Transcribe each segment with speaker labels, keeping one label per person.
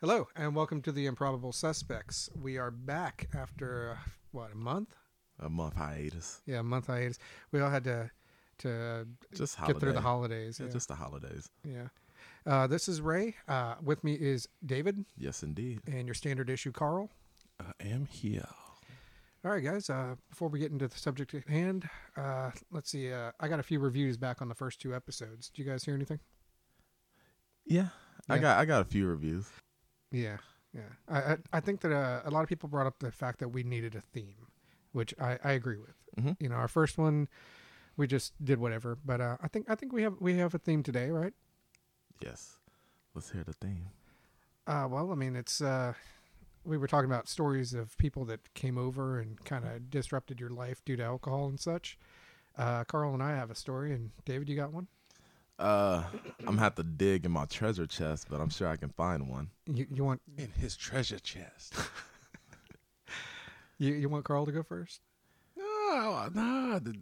Speaker 1: Hello, and welcome to the Improbable Suspects. We are back after uh, what a month?
Speaker 2: A month hiatus.
Speaker 1: Yeah, a month hiatus. We all had to to
Speaker 2: Just
Speaker 1: get through the
Speaker 2: holiday.
Speaker 1: holidays.
Speaker 2: Yeah,
Speaker 1: Yeah,
Speaker 2: just the holidays.
Speaker 1: yeah. Uh, this is Ray. Uh, with me is David
Speaker 2: Yes, indeed.
Speaker 1: and your standard issue Carl.
Speaker 2: I am here.
Speaker 1: All right, guys. Uh, before we get into the subject at hand, uh, let's see. Uh, I got a few reviews back on the first two episodes. Do you guys hear anything?
Speaker 2: Yeah, I
Speaker 1: Yeah.
Speaker 2: got I got a few reviews.
Speaker 1: Yeah, yeah. I I, I think that uh, a lot of people brought up the fact that we needed a theme, which I, I agree with.
Speaker 2: Mhm.
Speaker 1: You know, our first one, we just did whatever. But uh, I think I think we have we have a theme today, right?
Speaker 2: Yes, let's hear the theme.
Speaker 1: Uh, well, I mean, it's uh, we were talking about stories of people that came over and kind of disrupted your life due to alcohol and such. Uh, Carl and I have a story, and David, you got one.
Speaker 2: Uh, I'm gonna have to dig in my treasure chest, but I'm sure I can find one.
Speaker 1: You you want
Speaker 3: in his treasure chest.
Speaker 1: you, you want Carl to go first?
Speaker 3: no, no, the,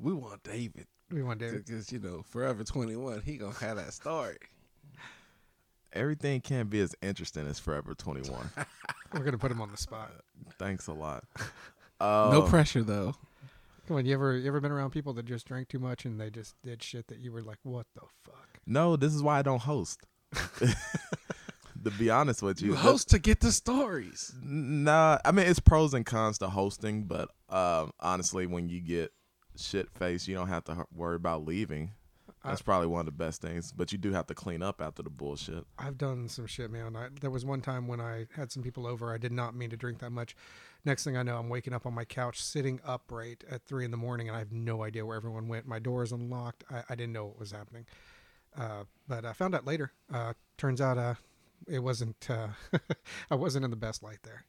Speaker 3: we want David
Speaker 1: We want David.
Speaker 3: because you know Forever Twenty One. He gonna have that story.
Speaker 2: Everything can't be as interesting as Forever 21.
Speaker 1: We're gonna put him on the spot.
Speaker 2: Thanks a lot. Uh,
Speaker 3: no pressure though.
Speaker 1: Come on, you ever you ever been around people that just drank too much and they just did shit that you were like, what the fuck?
Speaker 2: No, this is why I don't host. to be honest with you,
Speaker 3: You
Speaker 2: this-
Speaker 3: host to get the stories.
Speaker 2: Nah, I mean it's pros and cons to hosting, but um, honestly, when you get shit faced, you don't have to h- worry about leaving. That's probably one of the best things. But you do have to clean up after the bullshit.
Speaker 1: I've done some shit, man. I, there was one time when I had some people over. I did not mean to drink that much. Next thing I know, I'm waking up on my couch, sitting upright at three in the morning, and I have no idea where everyone went. My door is unlocked. I, I didn't know what was happening. Uh, but I found out later. Uh, turns out uh, it wasn't. Uh, I wasn't in the best light there.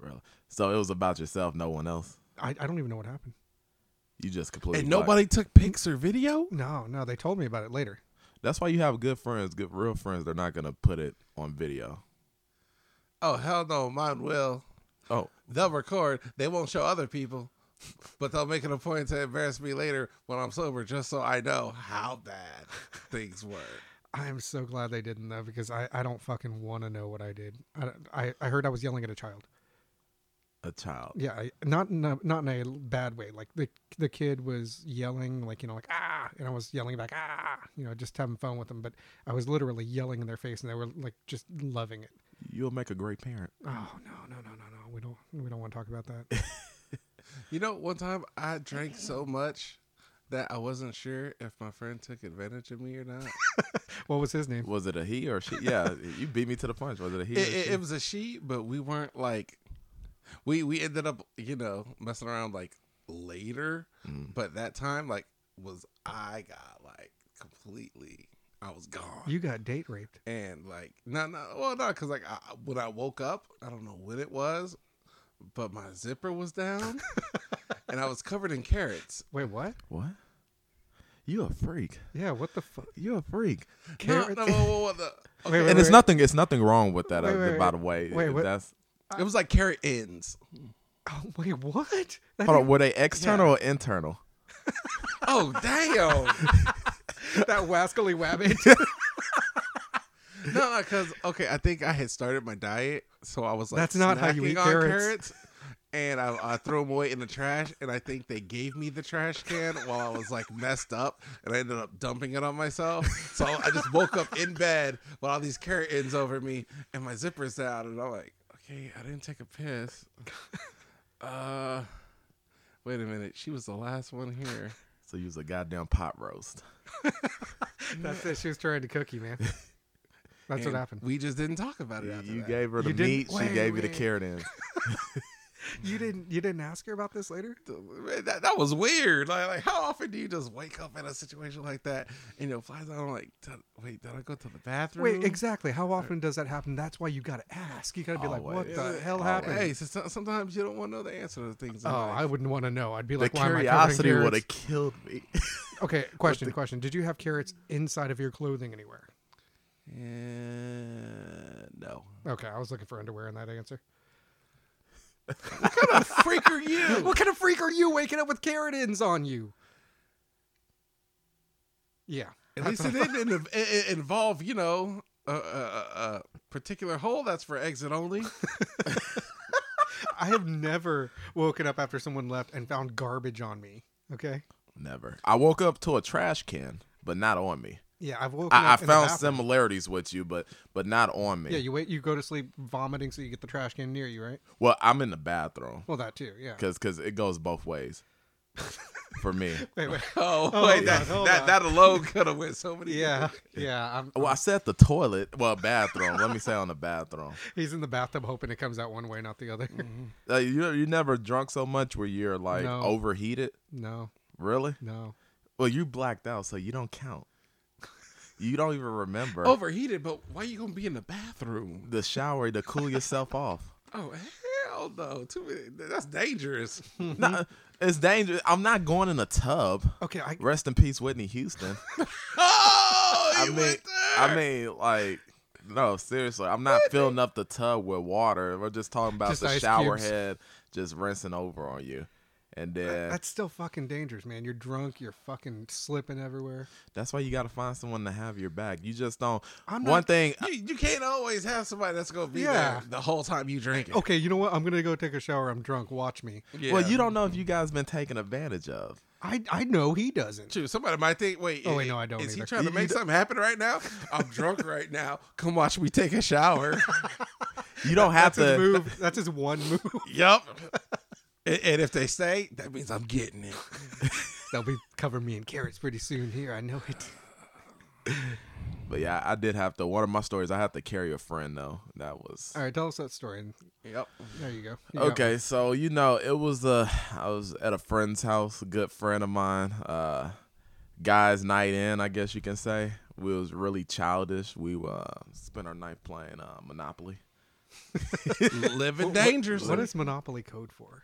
Speaker 2: Really. So it was about yourself, no one else. I,
Speaker 1: I, I don't even know what happened.
Speaker 2: you just completely.
Speaker 3: And
Speaker 2: black-
Speaker 3: nobody took pics or video.
Speaker 1: No, no, they told me about it later.
Speaker 2: That's why you have good friends, good real friends. They're not gonna put it on video.
Speaker 3: Oh hell no, mine will.
Speaker 2: Oh,
Speaker 3: They'll record. They won't show other people, but they'll make it a point to embarrass me later when I'm sober, just so I know how bad things were.
Speaker 1: I'm so glad they didn't though, because I, I don't fucking want to know what I did. I, don't- I, I heard I was yelling at a child.
Speaker 2: a child.
Speaker 1: Yeah, I, not in a, not in a bad way. Like the the kid was yelling, like you know, like ah, and I was yelling back ah, you know, just having fun with them. But I was literally yelling in their face, and they were like just loving it.
Speaker 2: You'll make a great parent.
Speaker 1: Oh no no no no no, we don't we don't want to talk about that.
Speaker 3: You know, one time I drank so much that I wasn't sure if my friend took advantage of me or not.
Speaker 1: what was his name?
Speaker 2: Was it a he or she? Yeah, you beat me to the punch. Was it a he?
Speaker 3: it,
Speaker 2: or
Speaker 3: it-
Speaker 2: she?
Speaker 3: it was a she, but we weren't like we we ended up you know messing around like later,
Speaker 2: Mm.
Speaker 3: but that time like was I got like completely I was gone
Speaker 1: You got date raped.
Speaker 3: and like no no well no because like I, when I woke up I don't know when it was, but my zipper was down. And I was covered in carrots.
Speaker 1: Wait, what?
Speaker 2: What? You a freak?
Speaker 1: Yeah, what the fuck?
Speaker 2: You a freak?
Speaker 3: No,
Speaker 1: Carrots?
Speaker 3: no, whoa, whoa, whoa, the-
Speaker 1: Wait,
Speaker 3: okay,
Speaker 1: wait,
Speaker 2: and it's
Speaker 1: wait.
Speaker 2: nothing. It's nothing wrong with that.
Speaker 1: Wait,
Speaker 2: uh,
Speaker 1: wait,
Speaker 2: by
Speaker 1: wait.
Speaker 2: the way,
Speaker 1: Wait, what-
Speaker 2: that's
Speaker 3: It was like carrot ends.
Speaker 1: Oh, wait, what? That
Speaker 2: hold on. Were they external or internal?
Speaker 3: Oh damn!
Speaker 1: that wascally wabbit.
Speaker 3: No, because okay, I think I had started my diet, so I was like,
Speaker 1: That's not how you
Speaker 3: snacking
Speaker 1: eat
Speaker 3: on
Speaker 1: carrots.
Speaker 3: and I, I threw them away in the trash, and I think they gave me the trash can while I was like messed up, and I ended up dumping it on myself. So I just woke up in bed with all these carrot ends over me, and my zipper's down, and I'm like, okay, I didn't take a piss. Uh, wait a minute, she was the last one here.
Speaker 2: So you was a goddamn pot roast.
Speaker 1: That's it. She was trying to cook you, man. That's what
Speaker 3: And
Speaker 1: happened.
Speaker 3: We just didn't talk about it.
Speaker 2: You,
Speaker 3: after
Speaker 2: you
Speaker 3: that.
Speaker 2: gave her the
Speaker 1: You didn't-
Speaker 2: meat.
Speaker 1: wait,
Speaker 2: she gave you the
Speaker 1: wait.
Speaker 2: carrot ends.
Speaker 1: You didn't. You didn't ask her about this later.
Speaker 3: Man, that, that was weird. Like, like, how often do you just wake up in a situation like that and you know, flies out? I'm like, "Did- wait, did I go to the bathroom?
Speaker 1: Wait, exactly. How often does that happen? That's why you gotta ask. You gotta be like, "What
Speaker 2: Always.
Speaker 1: the hell
Speaker 2: Always.
Speaker 1: happened?"
Speaker 3: Hey, so, so- sometimes you don't want to know the answer to things.
Speaker 1: Oh,
Speaker 3: in life.
Speaker 1: I wouldn't want to know. I'd be
Speaker 2: the
Speaker 1: like, "Why
Speaker 2: curiosity
Speaker 1: am I
Speaker 2: would
Speaker 1: covering
Speaker 2: have killed me.
Speaker 1: carrots?" Okay, question, question. Did you have carrots inside of your clothing anywhere?
Speaker 3: Yeah, no.
Speaker 1: Okay, I was looking for underwear in that answer.
Speaker 3: What kind of freak are you?
Speaker 1: What kind of freak are you waking up with carrot ends on you? Yeah,
Speaker 3: Uh, At least it didn't in- in- in- involve, you know, a, a, a, particular hole that's for exit only.
Speaker 1: I have never woken up after someone left and found garbage on me. Okay.
Speaker 2: Never. I woke up to a trash can, but not on me.
Speaker 1: Yeah, I've woken up.
Speaker 2: I, I
Speaker 1: in the
Speaker 2: found
Speaker 1: bathroom.
Speaker 2: similarities with you, but but not on me.
Speaker 1: Yeah, you wait. You go to sleep vomiting, so you get the trash can near you, right?
Speaker 2: well, I'm in the bathroom
Speaker 1: Well, that too. Yeah.
Speaker 2: because it goes both ways for me.
Speaker 1: Wait, wait.
Speaker 3: Oh,
Speaker 1: Oh,
Speaker 3: wait,
Speaker 1: hold
Speaker 3: that,
Speaker 1: on, hold
Speaker 3: that,
Speaker 1: on.
Speaker 3: that alone could have went so many.
Speaker 1: Yeah, yeah. I'm,
Speaker 2: Well, I said the toilet. Well, bathroom. let me say on the bathroom.
Speaker 1: he's in the bathtub hoping it comes out one way, not the other.
Speaker 2: Uh, you you never drunk so much where you're like
Speaker 1: No.
Speaker 2: overheated.
Speaker 1: no,
Speaker 2: Really?
Speaker 1: no.
Speaker 2: Well, you blacked out, so you don't count. You don't even remember
Speaker 3: Overheated, but why you gonna be in the bathroom?
Speaker 2: the shower to cool yourself off.
Speaker 3: Oh hell no! Too many, that's dangerous. Oh,
Speaker 1: Mm-hmm.
Speaker 2: Nah, it's dangerous. I'm not going in a tub.
Speaker 1: Okay, I
Speaker 2: Rest in peace, Whitney Houston.
Speaker 3: oh,
Speaker 2: I
Speaker 3: you
Speaker 2: mean,
Speaker 3: went there.
Speaker 2: I mean, like, no, seriously, I'm not filling up the tub with water. We're just talking about
Speaker 1: Just
Speaker 2: the
Speaker 1: ice
Speaker 2: shower
Speaker 1: cubes.
Speaker 2: head just rinsing over on you, and then
Speaker 1: that's still fucking dangerous, man. You're drunk. You're fucking slipping everywhere.
Speaker 2: that's why you got to find someone to have your back. You just don't.
Speaker 1: I'm
Speaker 2: One
Speaker 1: not-
Speaker 2: thing,
Speaker 3: you, you can't always have somebody that's gonna be
Speaker 1: Yeah. Oh,
Speaker 3: there the whole time you drinking.
Speaker 1: Okay, you know what? I'm gonna go take a shower. I'm drunk. Watch me.
Speaker 3: Yeah.
Speaker 2: well, you don't know if you guys been taken advantage of.
Speaker 1: I I know he doesn't.
Speaker 3: True. Somebody might think, wait.
Speaker 1: Oh, wait,
Speaker 3: i-
Speaker 1: no, I don't
Speaker 3: Is he
Speaker 1: either.
Speaker 3: trying to
Speaker 2: You-
Speaker 3: make
Speaker 2: you-
Speaker 3: something happen right now? I'm drunk right now. Come watch me take a shower.
Speaker 2: You don't have
Speaker 1: That's his
Speaker 2: to.
Speaker 1: move. That's his one move.
Speaker 3: yep. And, and if they stay, that means I'm getting it.
Speaker 1: They'll be covering me in carrots pretty soon. Here, I know it.
Speaker 2: But yeah, I did have to. One of my stories, I had to carry a friend though. That was
Speaker 1: All right, tell us that story. And
Speaker 3: Yep.
Speaker 1: there you go. You got
Speaker 2: Okay, so you know, it was uh I was at a friend's house, a good friend of mine. Uh guys night in, I guess you can say. We was really childish. We uh spent our night playing uh Monopoly.
Speaker 3: Living
Speaker 1: one.
Speaker 3: dangerously.
Speaker 1: What is Monopoly code for?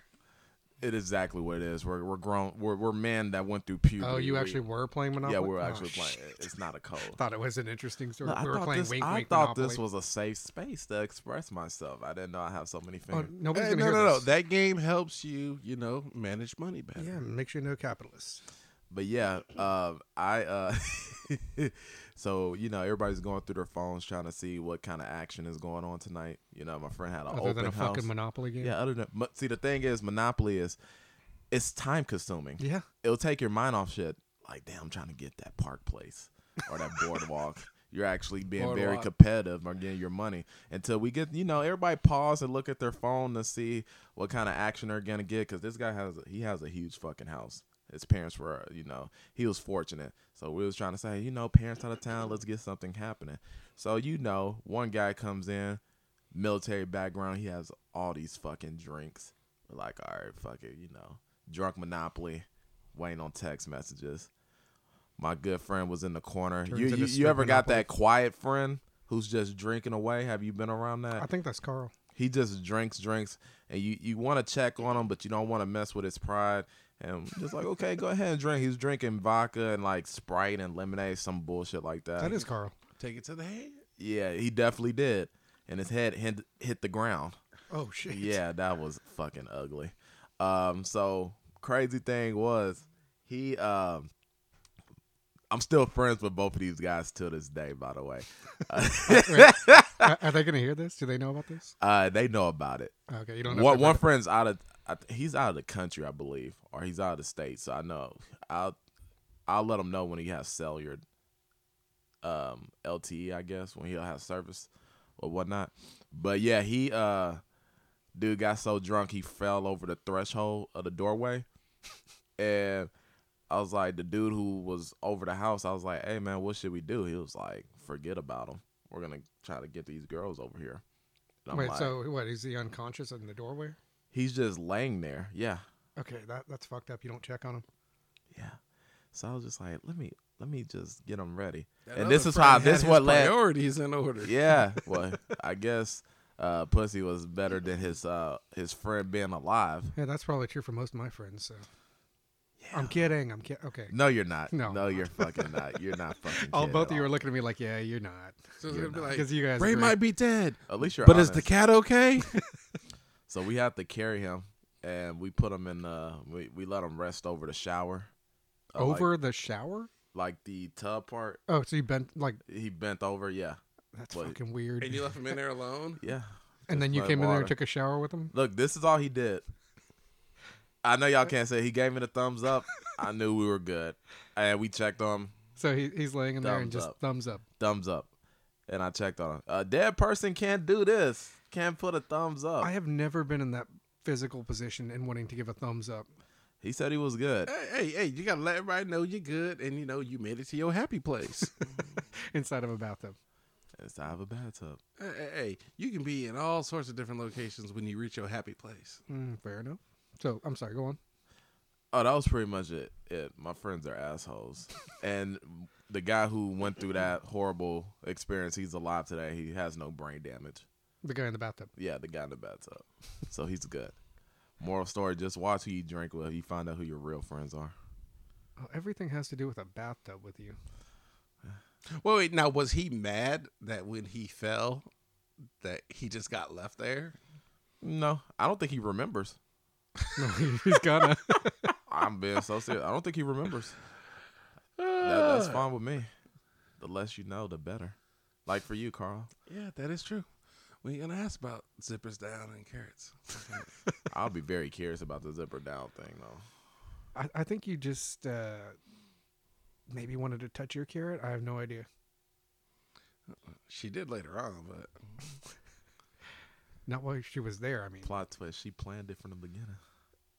Speaker 2: It is exactly what it is. We're we're grown we're we're men that went through puberty.
Speaker 1: Oh, you
Speaker 2: We-
Speaker 1: actually were playing Monopoly.
Speaker 2: Yeah, we were
Speaker 1: Oh,
Speaker 2: actually
Speaker 1: sh-
Speaker 2: playing. It- It's not a code.
Speaker 1: Thought it was an interesting story.
Speaker 2: I
Speaker 1: we were
Speaker 2: thought,
Speaker 1: playing
Speaker 2: this,
Speaker 1: Wink
Speaker 2: I
Speaker 1: Wink
Speaker 2: thought
Speaker 1: Monopoly.
Speaker 2: this was a safe space to express myself. I didn't know I have so many
Speaker 1: Oh,
Speaker 2: fingers.
Speaker 1: nobody's
Speaker 3: Hey,
Speaker 1: gonna
Speaker 3: no,
Speaker 1: hear
Speaker 3: no, no.
Speaker 1: this.
Speaker 3: That game helps you, you know, manage money better.
Speaker 1: yeah, make sure you're no capitalist.
Speaker 2: but yeah, uh, I uh, so you know everybody's going through their phones trying to see what kind of action is going on tonight. You know, my friend had an
Speaker 1: Other
Speaker 2: open
Speaker 1: than a
Speaker 2: house.
Speaker 1: fucking Monopoly game.
Speaker 2: yeah, other than mo- see the thing is Monopoly is it's time consuming.
Speaker 1: Yeah.
Speaker 2: It'll take your mind off shit. Like damn, I'm trying to get that park place or that boardwalk. You're actually being very
Speaker 3: Boardwalk.
Speaker 2: competitive on getting your money until we get, you know, everybody pause and look at their phone to see what kind of action they're gonna get. Cause this guy has, he has a huge fucking house. His parents were, you know, he was fortunate. So we was trying to say, you know, parents out of town, let's get something happening. So you know, one guy comes in, military background. He has all these fucking drinks. We're like, all right, fuck it, you know, drunk monopoly, waiting on text messages. My good friend was in the corner.
Speaker 1: Turns
Speaker 2: you
Speaker 1: into
Speaker 2: you, you
Speaker 1: strip
Speaker 2: ever got
Speaker 1: Monopoly.
Speaker 2: that quiet friend who's just drinking away? Have you been around that?
Speaker 1: I think that's Carl.
Speaker 2: he just drinks, drinks, and you you want to check on him, but you don't want to mess with his pride. And just like, okay, go ahead and drink. He's drinking vodka and like Sprite and lemonade, some bullshit like that.
Speaker 1: That is Carl.
Speaker 3: Take it to the head.
Speaker 2: yeah, he definitely did, and his head hit, hit the ground.
Speaker 1: Oh shit.
Speaker 2: Yeah, that was fucking ugly. Um, so crazy thing was he um I'm still friends with both of these guys to this day, by the way.
Speaker 1: Are, are they gonna hear this? Do they know about this?
Speaker 2: Uh they know about it.
Speaker 1: Okay, you don't know.
Speaker 2: One,
Speaker 1: if
Speaker 2: one
Speaker 1: they're-
Speaker 2: friend's out of I, th- he's out of the country, I believe, or he's out of the state, so I know. I'll I'll let him know when he has cellular um LTE, I guess, when he'll have service or whatnot. But yeah, he uh dude got so drunk he fell over the threshold of the doorway. And I was like, the dude who was over the house, I was like, hey man, what should we do? He was like, forget about him. We're gonna try to get these girls over here. And I'm
Speaker 1: Wait,
Speaker 2: like,
Speaker 1: so what? Is he unconscious in the doorway?
Speaker 2: he's just laying there. Yeah,
Speaker 1: Okay, that that's fucked up. You don't check on him.
Speaker 2: yeah. So I was just like, let me let me just get him ready.
Speaker 3: That
Speaker 2: and this
Speaker 3: other
Speaker 2: is how
Speaker 3: friend had
Speaker 2: this
Speaker 3: his
Speaker 2: what led.
Speaker 3: priorities in order.
Speaker 2: Yeah, well, I guess uh, pussy was better than his uh, his friend being alive.
Speaker 1: Yeah, that's probably true for most of my friends. So, I'm kidding. I'm kidding. Okay.
Speaker 2: No, you're not.
Speaker 1: No.
Speaker 2: no, you're fucking not. You're not fucking.
Speaker 1: All
Speaker 2: kidding
Speaker 1: both
Speaker 2: at
Speaker 1: of you
Speaker 2: all.
Speaker 1: are looking at me like, yeah, you're not,
Speaker 3: So it's gonna be like,
Speaker 1: because you guys.
Speaker 3: Ray
Speaker 1: agree.
Speaker 3: might be dead,
Speaker 2: At least you're.
Speaker 3: but is the
Speaker 2: honest.
Speaker 3: cat okay?
Speaker 2: So we had to carry him, and we put him in. Uh, we we let him rest over the shower. Uh, like-
Speaker 1: over the shower.
Speaker 2: like, the tub part.
Speaker 1: Oh, so you bent like
Speaker 2: He bent over. Yeah.
Speaker 1: That's
Speaker 2: Wait.
Speaker 1: fucking weird.
Speaker 3: And you left him in there alone?
Speaker 2: Yeah.
Speaker 1: And then you
Speaker 2: Flood
Speaker 1: came in there
Speaker 2: water.
Speaker 1: and took a shower with him.
Speaker 2: Look, this is all he did. I know y'all can't say he gave me the thumbs up. I knew we were good. And we checked on him,
Speaker 1: So he, he's laying in there and
Speaker 2: Thumbs
Speaker 1: just
Speaker 2: up.
Speaker 1: thumbs up.
Speaker 2: thumbs up. And I checked on him. A dead person can't do this. Can't put a thumbs up.
Speaker 1: I have never been in that physical position and wanting to give a thumbs up.
Speaker 2: He said he was good.
Speaker 3: Hey, hey, hey, you gotta let everybody know you're good and you know you made it to your happy place.
Speaker 1: inside of a bathtub.
Speaker 2: It's out of a bathtub.
Speaker 3: hey, hey, hey, you can be in all sorts of different locations when you reach your happy place.
Speaker 1: Mm, fair enough. So I'm sorry. Go on.
Speaker 2: Oh, that was pretty much it. it. My friends are assholes. and the guy who went through that horrible experience, he's alive today. He has no brain damage.
Speaker 1: The guy in the bathtub.
Speaker 2: Yeah, the guy in the bathtub. So he's good. Moral story, just watch who you drink with. You find out who your real friends are.
Speaker 1: Oh, everything has to do with a bathtub with you.
Speaker 3: Wait, wait, now was he mad that when he fell that he just got left there?
Speaker 2: No, I don't think he remembers.
Speaker 1: No, he- he's gonna.
Speaker 2: I'm being so serious. I don't think he remembers. That,
Speaker 3: Ah,
Speaker 2: that's fine with me. The less you know, the better. Like for you, Carl,
Speaker 3: Yeah, that is true. We ain't gonna ask about zippers down and carrots.
Speaker 2: I'll be very curious about the zipper down thing though.
Speaker 1: I, I think you just uh, maybe wanted to touch your carrot. I have no idea.
Speaker 3: She did later on, but
Speaker 1: Not while she was there. I mean,
Speaker 2: Plot twist: she planned it from the beginning.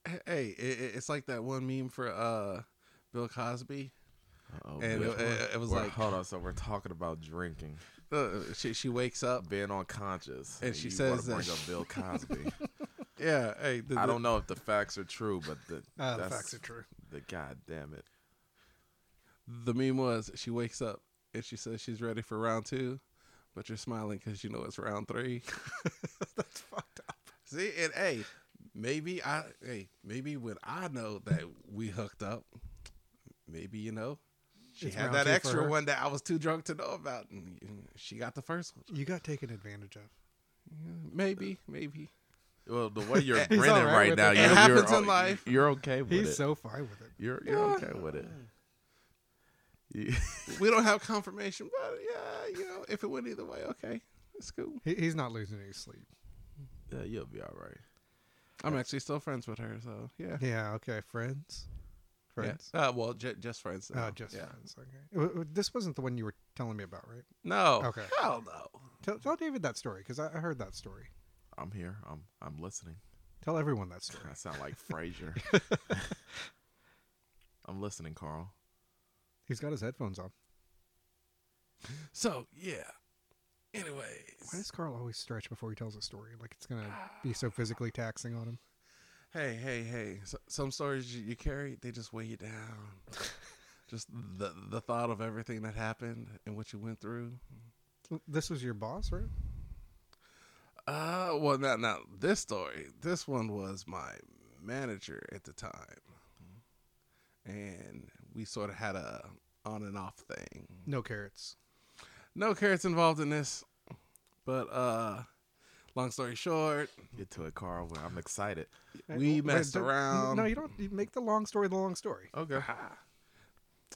Speaker 3: hey, hey, it, it- it's like that one meme for uh Bill Cosby.
Speaker 2: Uh-oh,
Speaker 3: And
Speaker 2: which
Speaker 3: it- it-
Speaker 2: one?
Speaker 3: it was
Speaker 2: We're-
Speaker 3: like-
Speaker 2: hold on. So we're talking about drinking,
Speaker 3: Uh, she she wakes up.
Speaker 2: being unconscious,
Speaker 3: And she
Speaker 2: you
Speaker 3: says
Speaker 2: wanna
Speaker 3: that-
Speaker 2: bring up Bill Cosby.
Speaker 3: Yeah, hey, the,
Speaker 2: I don't know if the facts are true, but the
Speaker 1: uh, the
Speaker 2: that's-
Speaker 1: facts are true.
Speaker 2: The god damn it!
Speaker 3: the meme was she wakes up and she says she's ready for round two, but you're smiling because you know it's round three.
Speaker 1: That's fucked up.
Speaker 3: See, and hey, maybe I hey maybe when I know that we hooked up, maybe you know she
Speaker 1: It's
Speaker 3: had
Speaker 1: round
Speaker 3: that
Speaker 1: two for
Speaker 3: extra
Speaker 1: her.
Speaker 3: one that I was too drunk to know about, and she got the first one. Uh,
Speaker 1: You got taken advantage of.
Speaker 3: Yeah, Maybe, maybe.
Speaker 2: Well, the way you're
Speaker 3: He's
Speaker 2: grinning
Speaker 1: all right
Speaker 2: right,
Speaker 1: with
Speaker 2: now,
Speaker 1: it.
Speaker 2: you're,
Speaker 1: It
Speaker 3: happens
Speaker 2: you're,
Speaker 3: in life.
Speaker 2: You're okay with
Speaker 1: He's
Speaker 2: it.
Speaker 1: so fine with it.
Speaker 2: you're you're okay with it. You-
Speaker 3: We don't have confirmation, but yeah, you know, if it went either way, okay, it's cool.
Speaker 1: He, he's not losing any sleep.
Speaker 2: yeah, you'll be all right.
Speaker 3: I'm actually still friends with her, so yeah.
Speaker 1: Yeah. Okay. Friends. Friends.
Speaker 3: Yeah. Uh, well, j- just friends.
Speaker 1: Oh,
Speaker 3: now.
Speaker 1: just
Speaker 3: yeah.
Speaker 1: friends. Okay. W- w- This wasn't the one you were telling me about, right?
Speaker 3: No.
Speaker 1: Okay.
Speaker 3: Hell no.
Speaker 1: Tell, tell David that story because I, I heard that story.
Speaker 2: I'm here. I'm I'm listening.
Speaker 1: Tell everyone that story.
Speaker 2: I sound like Frasier. I'm listening, Carl.
Speaker 1: He's got his headphones on.
Speaker 3: So yeah. Anyways,
Speaker 1: Why does Carl always stretch before he tells a story? Like it's gonna be so physically taxing on him.
Speaker 3: hey, hey, hey. So, some stories you, you carry, they just weigh you down. just the the thought of everything that happened and what you went through.
Speaker 1: L- This was your boss, right?
Speaker 3: Uh, well, not not this story. This one was my manager at the time, and we sort of had a on and off thing.
Speaker 1: No carrots.
Speaker 3: No carrots involved in this, but uh, long story short,
Speaker 2: Get to it, Carl. I'm excited.
Speaker 3: we
Speaker 1: Wait,
Speaker 3: messed
Speaker 1: don't-
Speaker 3: around.
Speaker 1: No, you don't. You make the long story the long story.
Speaker 2: Okay.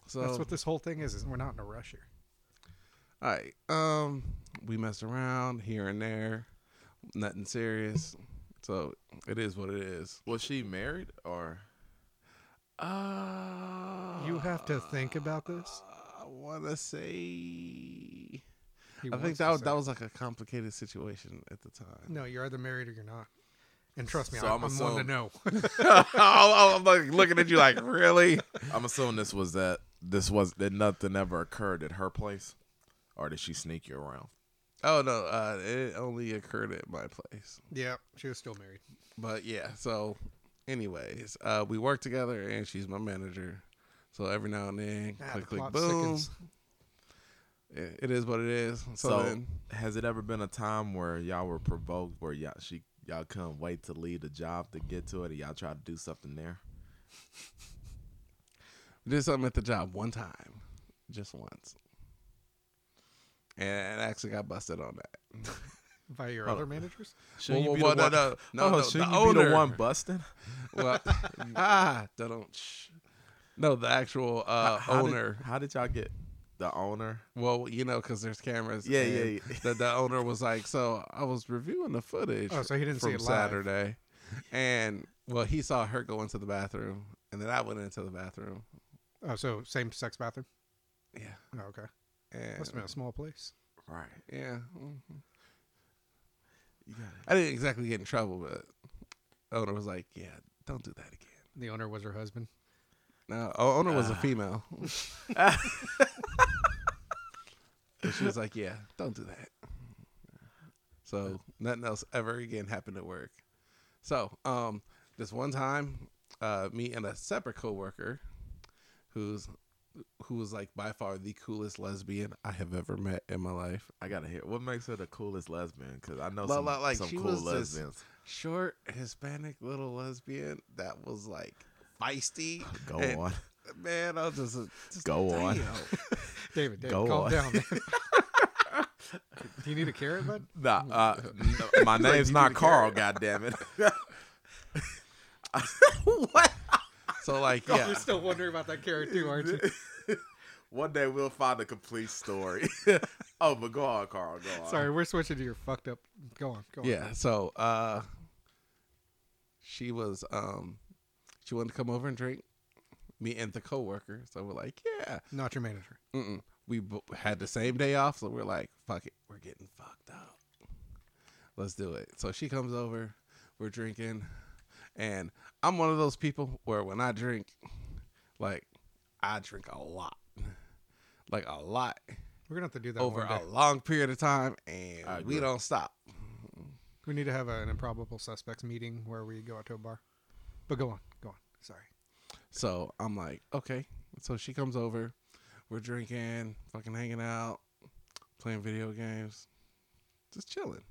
Speaker 3: so
Speaker 1: That's what this whole thing is. Is we're not in a rush here.
Speaker 3: All right. Um, we messed around here and there, nothing serious. So it is what it is.
Speaker 2: Was she married or?
Speaker 3: Uh,
Speaker 1: You have to think about this.
Speaker 3: I want to say.
Speaker 1: He
Speaker 3: I think
Speaker 1: wants
Speaker 3: that
Speaker 1: to
Speaker 3: was,
Speaker 1: say-
Speaker 3: that was like a complicated situation at the time.
Speaker 1: No, you're either married or you're not. And trust me,
Speaker 2: So
Speaker 1: I,
Speaker 2: I'm
Speaker 1: I'm, one to
Speaker 2: assume-
Speaker 1: know.
Speaker 3: I'm I'm like looking at you like really.
Speaker 2: I'm assuming this was that this was that nothing ever occurred at her place, or did she sneak you around?
Speaker 3: Oh no, uh, it only occurred at my place.
Speaker 1: yeah, she was still married.
Speaker 3: But yeah, so anyways, uh, we work together and she's my manager. So every now and then,
Speaker 1: Ah, the
Speaker 3: click, click,
Speaker 1: plot
Speaker 3: boom.
Speaker 1: sickens.
Speaker 3: It, it is what it is. So,
Speaker 2: So-
Speaker 3: then,
Speaker 2: Has it ever been a time where y'all were provoked, where y'all she y'all couldn't wait to leave the job to get to it, and y'all tried to do something there?
Speaker 3: we did something at the job one time, just once, and I actually got busted on that.
Speaker 1: by your
Speaker 3: Oh.
Speaker 2: Hold
Speaker 1: other
Speaker 2: on.
Speaker 1: managers.
Speaker 2: Shouldn't
Speaker 3: Well,
Speaker 2: you be
Speaker 3: well,
Speaker 2: the
Speaker 3: no,
Speaker 2: one?
Speaker 3: no, no,
Speaker 2: Oh,
Speaker 3: no,
Speaker 2: shouldn't
Speaker 3: the
Speaker 2: you be
Speaker 3: owner.
Speaker 2: the one busting?
Speaker 3: Well, ah, don't. No, the actual uh,
Speaker 2: How did-
Speaker 3: owner.
Speaker 2: how did y'all get? the owner.
Speaker 3: Well, you know, because there's cameras.
Speaker 2: Yeah,
Speaker 3: and
Speaker 2: yeah, yeah.
Speaker 3: The, the owner was like, so I was reviewing the footage
Speaker 1: Oh, so he didn't see
Speaker 3: from
Speaker 1: it live.
Speaker 3: Saturday, and well, he saw her go into the bathroom, and then I went into the bathroom.
Speaker 1: Oh, so same sex bathroom.
Speaker 3: Yeah,
Speaker 1: Oh, okay.
Speaker 3: and
Speaker 1: Must have been a small place.
Speaker 2: Right.
Speaker 3: yeah, mhm.
Speaker 2: You got it.
Speaker 3: I didn't exactly get in trouble, but owner was like, yeah, don't do that again.
Speaker 1: The owner was her husband.
Speaker 3: No, Uh, o- owner was a
Speaker 2: Ah.
Speaker 3: female. But she was like, yeah, don't do that. So nothing else ever again happened at work. So um, this one time, uh, me and a separate coworker, who's who was like by far the coolest lesbian I have ever met in my life.
Speaker 2: I gotta hear what makes her the coolest lesbian because I know
Speaker 3: Well,
Speaker 2: some,
Speaker 3: like- like,
Speaker 2: some
Speaker 3: she
Speaker 2: cool
Speaker 3: was this-
Speaker 2: lesbians.
Speaker 3: Short Hispanic little lesbian that was like feisty.
Speaker 2: Go
Speaker 3: and-
Speaker 2: on,
Speaker 3: Man, I'll just, just
Speaker 2: Go on.
Speaker 3: damn.
Speaker 1: David, David
Speaker 2: Go
Speaker 1: calm
Speaker 2: on.
Speaker 1: down. man. Do you need a carrot, bud?
Speaker 2: nah, uh, no, my
Speaker 3: like,
Speaker 2: name's
Speaker 3: "You
Speaker 2: not
Speaker 3: need a
Speaker 2: Carl. God damn it! what?
Speaker 3: So like,
Speaker 1: Oh,
Speaker 3: yeah,
Speaker 1: You're still wondering about that carrot too, aren't you?
Speaker 2: One day we'll find the complete story. oh, but go on, Carl. Go on.
Speaker 1: Sorry, we're switching to your fucked up. Go on, go on.
Speaker 3: yeah. So uh, she was um, she wanted to come over and drink. Me and the coworker. So we're like, yeah.
Speaker 1: Not your manager.
Speaker 3: Mm-mm. We b- had the same day off, so we're like, fuck it, we're getting fucked up. Let's do it. So she comes over, we're drinking, and I'm one of those people where when I drink, like, I drink a lot, like a lot
Speaker 1: We're gonna have to do that
Speaker 3: over
Speaker 1: one day.
Speaker 3: a long period of time, and
Speaker 2: I
Speaker 3: we
Speaker 2: agree.
Speaker 3: don't stop.
Speaker 1: We need to have an improbable suspects meeting where we go out to a bar. But go on, go on. Sorry.
Speaker 3: So I'm like, okay. So she comes over, we're drinking, fucking hanging out, playing video games, just chilling.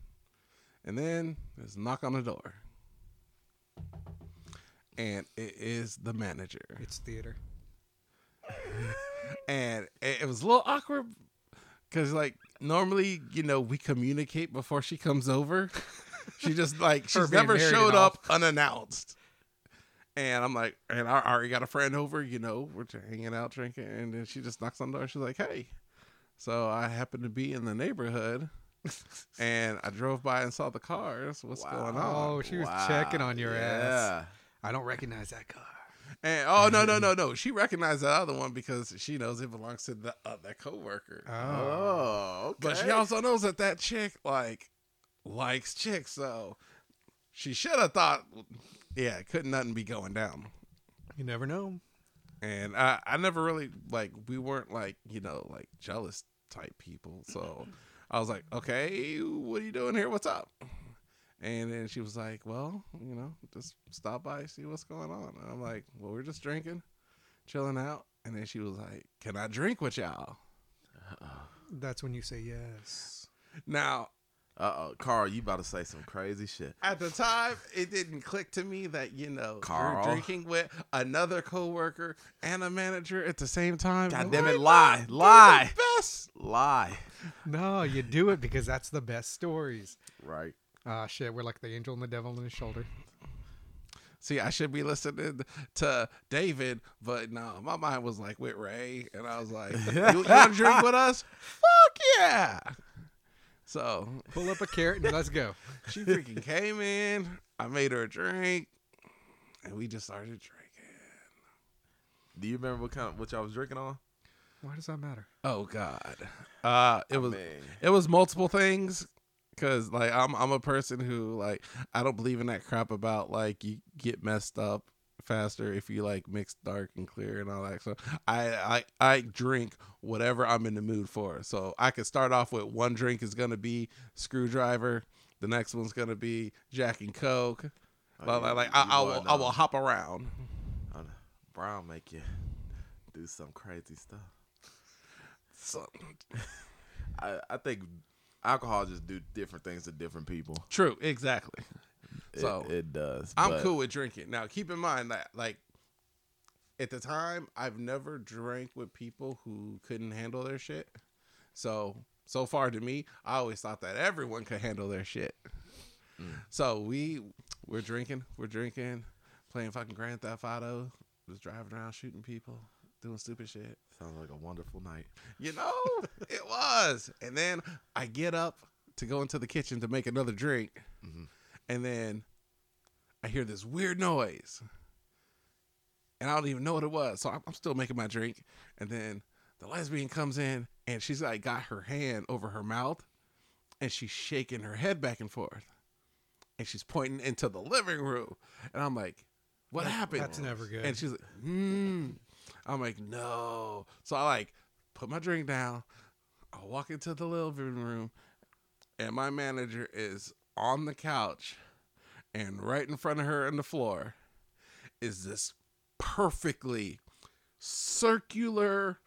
Speaker 3: And then there's a knock on the door. And it is the manager.
Speaker 1: It's theater.
Speaker 3: And it, it was a little awkward because, like, normally, you know, we communicate before she comes over. She just, like, she's
Speaker 1: being
Speaker 3: never
Speaker 1: married
Speaker 3: showed
Speaker 1: and all.
Speaker 3: up unannounced. And I'm like, and I already got a friend over, you know, we're just hanging out drinking. And then she just knocks on the door. She's like, hey. So I happened to be in the neighborhood and I drove by and saw the cars. What's going on?
Speaker 1: Oh, she was checking on your ass.
Speaker 2: Yeah.
Speaker 1: I don't recognize that car.
Speaker 3: And oh no no no no, she recognized the other one because she knows it belongs to the other coworker.
Speaker 1: Oh,
Speaker 2: Oh, okay.
Speaker 3: But she also knows that that chick like likes chicks, so she should have thought, yeah, couldn't nothing be going down.
Speaker 1: you never know.
Speaker 3: And I, I never really like we weren't like you know like jealous type people, so I was like, okay, what are you doing here? What's up? And then she was like, well, you know, just stop by, see what's going on. And I'm like, well, we're just drinking, chilling out. And then she was like, can I drink with y'all?
Speaker 1: That's when you say yes.
Speaker 3: Now,
Speaker 2: Uh oh, Carl, you about to say some crazy shit.
Speaker 3: at the time, it didn't click to me that you know
Speaker 2: Carl.
Speaker 3: you're drinking with another coworker and a manager at the same time.
Speaker 2: God
Speaker 3: Why
Speaker 2: damn it,
Speaker 3: not?
Speaker 2: lie,
Speaker 3: They're the
Speaker 2: lie,
Speaker 3: best.
Speaker 2: lie.
Speaker 1: No, you do it because that's the best stories.
Speaker 2: Right.
Speaker 1: Ah, shit. We're like the angel and the devil on his shoulder.
Speaker 3: See, I should be listening to David, but no, my mind was like with Ray, and I was like, "You, you want to drink with us? Fuck yeah!" So
Speaker 1: Pull up a carrot and let's go.
Speaker 3: she freaking came in. I made her a drink, and we just started drinking.
Speaker 2: Do you remember what kind of, what y'all was drinking on?
Speaker 1: Why does that matter?
Speaker 3: Oh God! Uh, it was
Speaker 2: Man.
Speaker 3: it was multiple things because like i'm i'm a person who like i don't believe in that crap about like you get messed up faster if you like mix dark and clear and all that so i i i drink whatever i'm in the mood for so i could start off with one drink is gonna be screwdriver the next one's gonna be jack and coke
Speaker 2: Oh,
Speaker 3: like,
Speaker 2: yeah,
Speaker 3: like, like
Speaker 2: you-
Speaker 3: I,
Speaker 2: you
Speaker 3: I
Speaker 2: wanna
Speaker 3: will i
Speaker 2: know.
Speaker 3: will hop around
Speaker 2: Oh, no. Brown make you do some crazy stuff.
Speaker 3: so,
Speaker 2: I, I think alcohol just do different things to different people.
Speaker 3: true exactly
Speaker 2: It,
Speaker 3: So,
Speaker 2: it does.
Speaker 3: I'm
Speaker 2: but-
Speaker 3: cool with drinking. Now, keep in mind that, like, at the time, I've never drank with people who couldn't handle their shit. So, so far to me, I always thought that everyone could handle their shit. So we we're drinking, we're drinking, playing fucking Grand Theft Auto, just driving around shooting people. doing stupid shit.
Speaker 2: Sounds like a wonderful night.
Speaker 3: You know, it was. And then I get up to go into the kitchen to make another drink.
Speaker 2: Mhm.
Speaker 3: And then I hear this weird noise. And I don't even know what it was. So I'm, I'm still making my drink. And then the lesbian comes in and she's like, got her hand over her mouth and she's shaking her head back and forth. And she's pointing into the living room. And I'm like, what happened?
Speaker 1: That's never good.
Speaker 3: And she's like, hmm. I'm like, no. So I like put my drink down. I walk into the living room, and my manager is on the couch, and right in front of her on the floor is this perfectly circular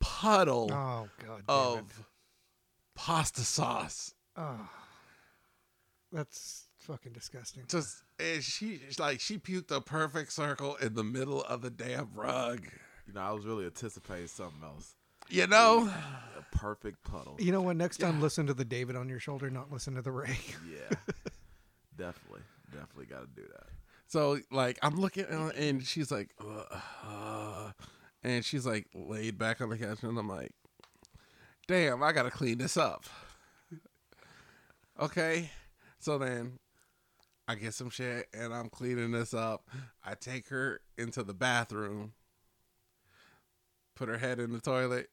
Speaker 3: puddle
Speaker 1: oh god. Damn it.
Speaker 3: of pasta sauce.
Speaker 1: Oh, that's fucking disgusting.
Speaker 3: Just and she like she puked a perfect circle in the middle of the damn rug.
Speaker 2: You know, I was really anticipating something else.
Speaker 3: You know?
Speaker 2: A perfect puddle.
Speaker 1: You know what? Next time, listen to the David on your shoulder, not listen to the Ray.
Speaker 2: Yeah. definitely. Definitely got to do that.
Speaker 3: So like I'm looking and and she's like, uh, uh, and she's like laid back on the couch, and I'm like, damn, I gotta clean this up. Okay, so then I get some shit and I'm cleaning this up. I take her into the bathroom, put her head in the toilet.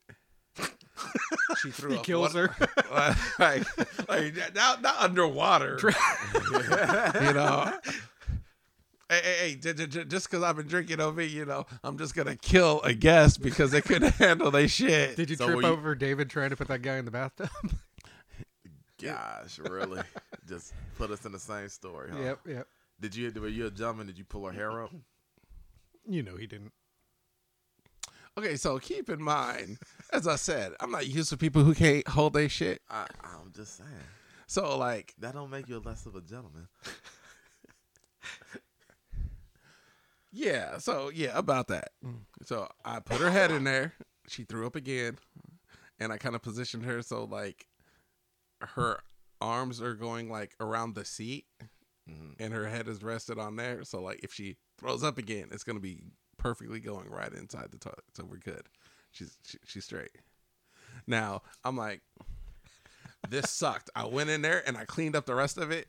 Speaker 3: She threw
Speaker 1: He
Speaker 3: up
Speaker 1: kills
Speaker 3: one-
Speaker 1: her.
Speaker 3: like, like not not underwater. you know. Hey, hey, hey j- j- j- just because I've been drinking over, you know, I'm just gonna kill a guest because they couldn't handle their shit.
Speaker 1: Did you
Speaker 2: So
Speaker 1: trip
Speaker 2: were you-
Speaker 1: over David trying to put that guy in the bathtub?
Speaker 2: Gosh, really? Just put us in the same story. Huh?
Speaker 1: yep, yep.
Speaker 2: Did you? Were you a gentleman? Did you pull her hair up?
Speaker 1: You know he didn't.
Speaker 3: Okay, so keep in mind, as I said, I'm not used to people who can't hold their shit.
Speaker 2: I, I'm just saying
Speaker 3: So like,
Speaker 2: that don't make you less of a gentleman.
Speaker 3: yeah, so yeah, about that. So I put her head in there. She threw up again, and I kind of positioned her so like her arms are going like around the seat,
Speaker 2: Mhm.
Speaker 3: and her head is rested on there. So like if she throws up again, it's gonna be perfectly going right inside the toilet. So we're good. She's she, she's straight. Now I'm like, this sucked. I went in there and I cleaned up the rest of it,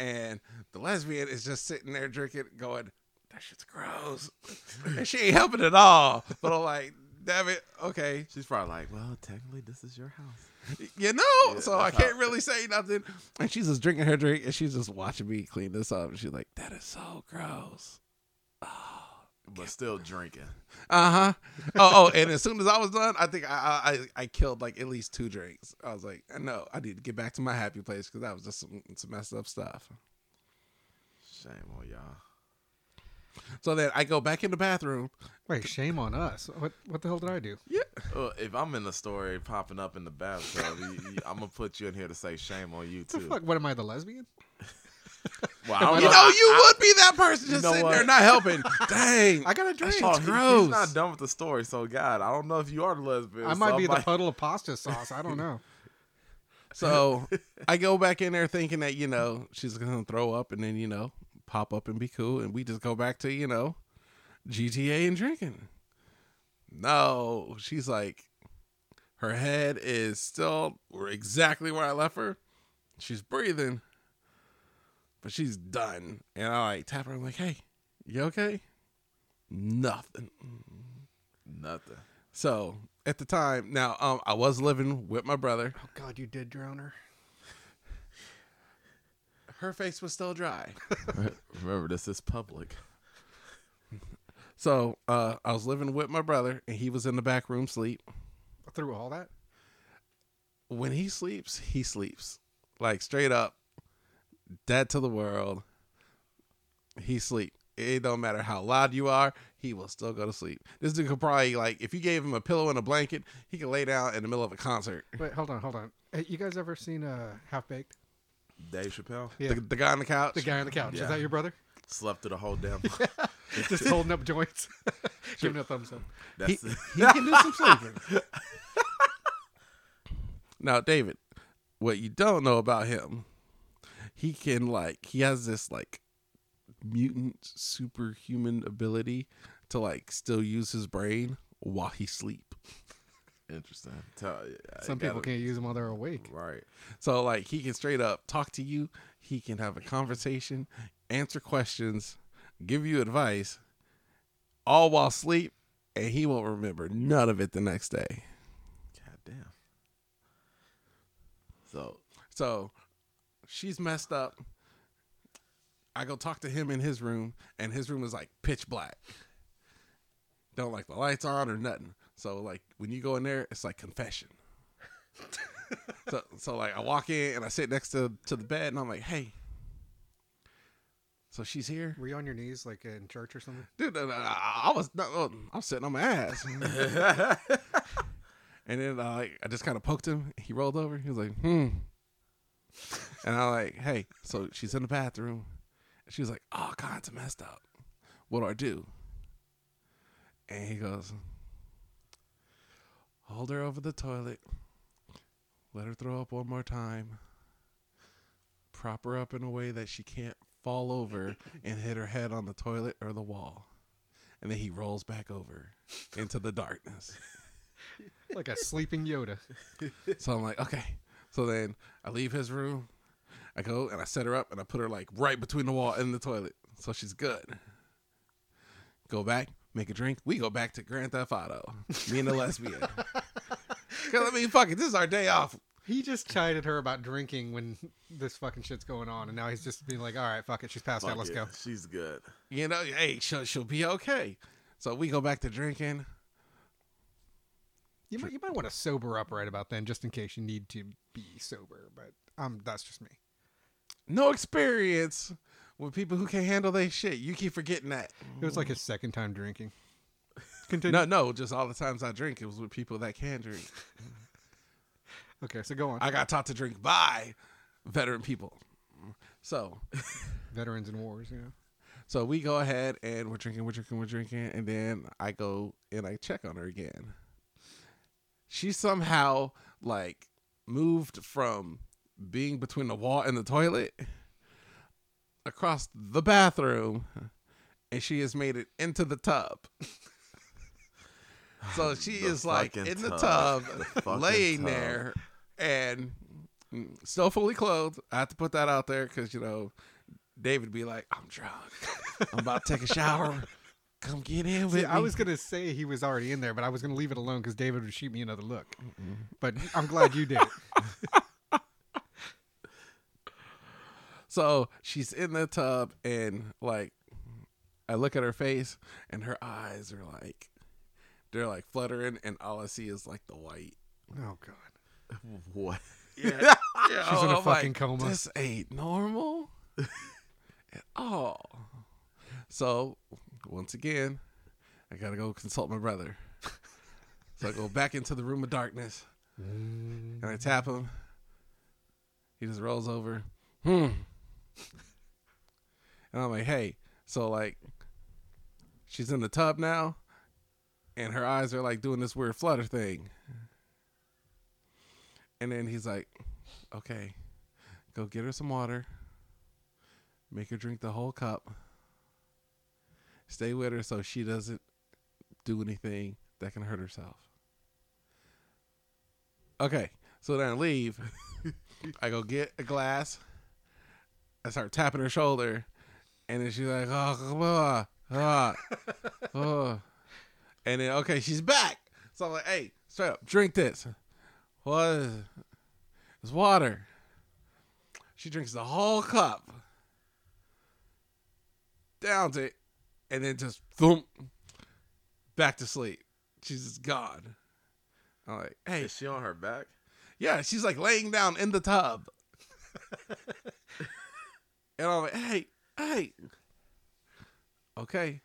Speaker 3: and the lesbian is just sitting there drinking, going, "That shit's gross," and she ain't helping at all. But I'm like, damn it, okay,
Speaker 2: She's probably like, well, technically this is your house.
Speaker 3: you know,
Speaker 2: Yeah,
Speaker 3: so I
Speaker 2: that's
Speaker 3: can't really say nothing. And she's just drinking her drink and she's just watching me clean this up. And she's like, that is so gross.
Speaker 2: But still drinking.
Speaker 3: Uh huh. Oh, oh, and as soon as I was done, I think I, I- I I killed like at least two drinks. I was like, no, I need to get back to my happy place because that was just some, some messed up stuff.
Speaker 2: Shame on y'all.
Speaker 3: So then I go back in the bathroom.
Speaker 1: Wait, shame on us. What what the hell did I do?
Speaker 3: Yeah.
Speaker 2: Well, if I'm in the story popping up in the bathtub, you, you, I'm gonna put you in here to say shame on you
Speaker 1: The
Speaker 2: too.
Speaker 1: fuck? What am I, the lesbian?
Speaker 2: Well, I don't
Speaker 3: You
Speaker 2: know.
Speaker 3: know, you
Speaker 2: I-
Speaker 3: would be that person just
Speaker 2: know
Speaker 3: sitting
Speaker 2: what?
Speaker 3: there not helping. Dang.
Speaker 1: I got a drink.
Speaker 2: Oh,
Speaker 3: It's
Speaker 2: he-
Speaker 3: gross.
Speaker 2: He's not done with the story, so God, I don't know if you are the lesbian.
Speaker 1: I might
Speaker 2: so
Speaker 1: be
Speaker 2: I'm
Speaker 1: the
Speaker 2: like-
Speaker 1: puddle of pasta sauce. I don't know.
Speaker 3: So I go back in there thinking that, you know, she's going to throw up and then, you know, pop up and be cool. And we just go back to, you know, GTA and drinking. No, she's like, her head is still exactly where I left her. She's breathing, but she's done. And I like tap her. I'm like, hey, you okay? Nothing.
Speaker 2: nothing.
Speaker 3: So at the time, now um, I was living with my brother.
Speaker 1: Oh god, you did drown her.
Speaker 3: Her face was still dry.
Speaker 2: Remember, this is public.
Speaker 3: So uh, I was living with my brother, and he was in the back room sleep.
Speaker 1: Through all that?
Speaker 3: When he sleeps, he sleeps like straight up, dead to the world. He sleep. It don't matter how loud you are, he will still go to sleep. This dude could probably like if you gave him a pillow and a blanket, he could lay down in the middle of a concert.
Speaker 1: Wait, hold on, hold on. Hey, you guys ever seen uh, Half Baked?
Speaker 2: Dave Chappelle
Speaker 1: Yeah.
Speaker 3: The, the guy on the couch.
Speaker 1: The guy on the couch.
Speaker 2: Yeah.
Speaker 1: Is that your brother?
Speaker 2: slept through the whole damn.
Speaker 1: Just holding up joints, giving a thumbs up.
Speaker 2: That's
Speaker 3: He-
Speaker 2: it.
Speaker 3: He can do some sleeping. now, David, what you don't know about him, he can like he has this like mutant superhuman ability to like still use his brain while he sleep.
Speaker 2: Interesting. Tell- I
Speaker 1: Some people
Speaker 2: gotta-
Speaker 1: can't use them while they're awake.
Speaker 2: Right.
Speaker 3: So like he can straight up talk to you, he can have a conversation, answer questions, give you advice, all while sleep, and he won't remember none of it the next day.
Speaker 2: God damn. So
Speaker 3: So she's messed up. I go talk to him in his room, and his room is like pitch black. Don't like the lights on or nothing. So like when you go in there, it's like confession. so so like I walk in and I sit next to to the bed and I'm like, hey. So she's here,
Speaker 1: Were you on your knees like in church or something?
Speaker 3: dude. no, no, I I was no, no, I'm sitting on my ass, and then uh, like, I just kind of poked him. He rolled over. He was like, hmm. And I'm like, hey, so she's in the bathroom. And she was like, all kinds of messed up. What do I do? And he goes, hold her over the toilet. Let her throw up one more time. Prop her up in a way that she can't fall over and hit her head on the toilet or the wall. And then he rolls back over into the darkness.
Speaker 1: Like a sleeping Yoda.
Speaker 3: So I'm like, okay. So then I leave his room. I go and I set her up and I put her like right between the wall and the toilet. So she's good. Go back, make a drink. We go back to Grand Theft Auto. Me and the lesbian. Cause I mean, fuck it. This is our day off.
Speaker 1: He just chided her about drinking when this fucking shit's going on, and now he's just being like, "All right, fuck it, she's passed
Speaker 2: fuck
Speaker 1: out. Let's
Speaker 2: it.
Speaker 1: go."
Speaker 2: She's good.
Speaker 3: You know, hey, she'll, she'll be okay. So we go back to drinking.
Speaker 1: You might you might want to sober up right about then, just in case you need to be sober. But um, that's just me.
Speaker 3: No experience with people who can't handle their shit. You keep forgetting that.
Speaker 1: It was like his second time drinking. Continue.
Speaker 3: No, no, just all the times I drink, it was with people that can drink.
Speaker 1: Okay, so go on.
Speaker 3: I got taught to drink by veteran people. So,
Speaker 1: Veterans in wars, you know.
Speaker 3: so we go ahead and we're drinking, we're drinking, we're drinking, and then I go and I check on her again. She somehow like moved from being between the wall and the toilet across the bathroom, and she has made it into the tub. So she
Speaker 2: The
Speaker 3: is like
Speaker 2: fucking
Speaker 3: in the
Speaker 2: tub.
Speaker 3: tub,
Speaker 2: The fucking
Speaker 3: laying
Speaker 2: tub.
Speaker 3: there, and mm, still fully clothed. I have to put that out there because you know David be like, "I'm drunk. I'm about to take a shower. Come get in with
Speaker 1: See,
Speaker 3: me."
Speaker 1: I was gonna say he was already in there, but I was gonna leave it alone because David would shoot me another look. But I'm glad you did. it.
Speaker 3: So she's in the tub, and like, I look at her face, and her eyes are like, they're like fluttering, and all I see is like the white.
Speaker 1: Oh god.
Speaker 2: What?
Speaker 3: Yeah, oh,
Speaker 1: She's in a fucking coma.
Speaker 3: This ain't normal at all. So, once again, I gotta go consult my brother. So I go back into the room of darkness,
Speaker 1: Mm.
Speaker 3: and I tap him. He just rolls over. Hmm. And I'm like, hey, so like, she's in the tub now, and her eyes are like doing this weird flutter thing. And then he's like, okay, go get her some water, make her drink the whole cup, stay with her so she doesn't do anything that can hurt herself. Okay, so then I leave. I go get a glass. I start tapping her shoulder, and then she's like, oh, come on, ah, oh." And then, okay, she's back. So I'm like, hey, straight up, drink this. What is it? It's water. She drinks the whole cup, downs it, and then just thump, back to sleep. She's just gone. I'm like, hey,
Speaker 2: Is she on her back?
Speaker 3: yeah, she's like laying down in the tub. and I'm like, hey, hey. Okay.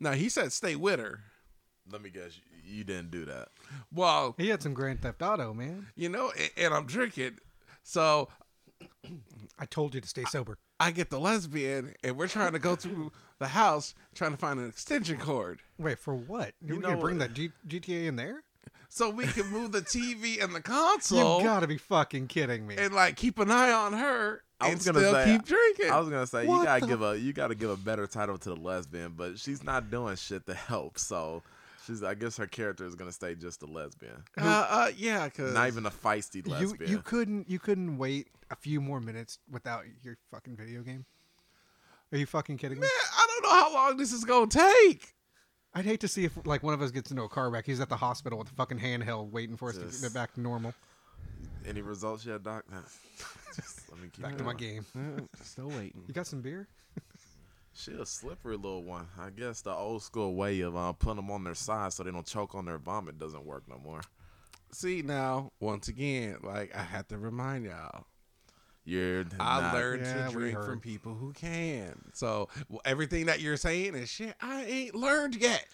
Speaker 3: Now he said stay with her.
Speaker 2: Let me guess. you- You didn't do that.
Speaker 3: Well,
Speaker 1: He had some Grand Theft Auto, man.
Speaker 3: you know, and, and I'm drinking. So
Speaker 1: I told you to stay sober.
Speaker 3: I get the lesbian and we're trying to go through the house trying to find an extension cord
Speaker 1: Wait for what? You're
Speaker 2: know
Speaker 1: gonna bring that
Speaker 2: what?
Speaker 1: G- GTA in there?
Speaker 3: so we can move the TV and the console
Speaker 1: you gotta be fucking kidding me.
Speaker 3: and like keep an eye on her
Speaker 2: I
Speaker 3: and
Speaker 2: was gonna
Speaker 3: still
Speaker 2: say-
Speaker 3: keep drinking.
Speaker 2: I was gonna say
Speaker 3: What
Speaker 2: you gotta
Speaker 3: the-
Speaker 2: give a you gotta give a better title to the lesbian, but she's not doing shit to help. So she's I guess her character is gonna stay just a lesbian,
Speaker 3: uh, uh, yeah, because
Speaker 2: not even a feisty
Speaker 1: You,
Speaker 2: lesbian.
Speaker 1: you couldn't you couldn't wait a few more minutes without your fucking video game. Are you fucking kidding me?
Speaker 3: I don't know how long this is gonna take.
Speaker 1: I'd hate to see if like one of us gets into a car wreck. He's at the hospital with a fucking handheld waiting for us
Speaker 2: Just-
Speaker 1: to get back to normal,
Speaker 2: Any results yet, Doc? Nah. Just let me keep
Speaker 1: back to my
Speaker 2: going.
Speaker 1: game.
Speaker 3: Still waiting.
Speaker 1: You got some beer?
Speaker 2: She a slippery little one. I guess the old school way of uh, putting them on their side so they don't choke on their vomit doesn't work no more.
Speaker 3: See now, once again, like I had to remind y'all,
Speaker 2: You're
Speaker 3: I
Speaker 2: not-
Speaker 3: learned
Speaker 1: Yeah,
Speaker 3: to
Speaker 1: we
Speaker 3: drink
Speaker 1: heard.
Speaker 3: from people who can. So well, everything that you're saying is shit I ain't learned yet.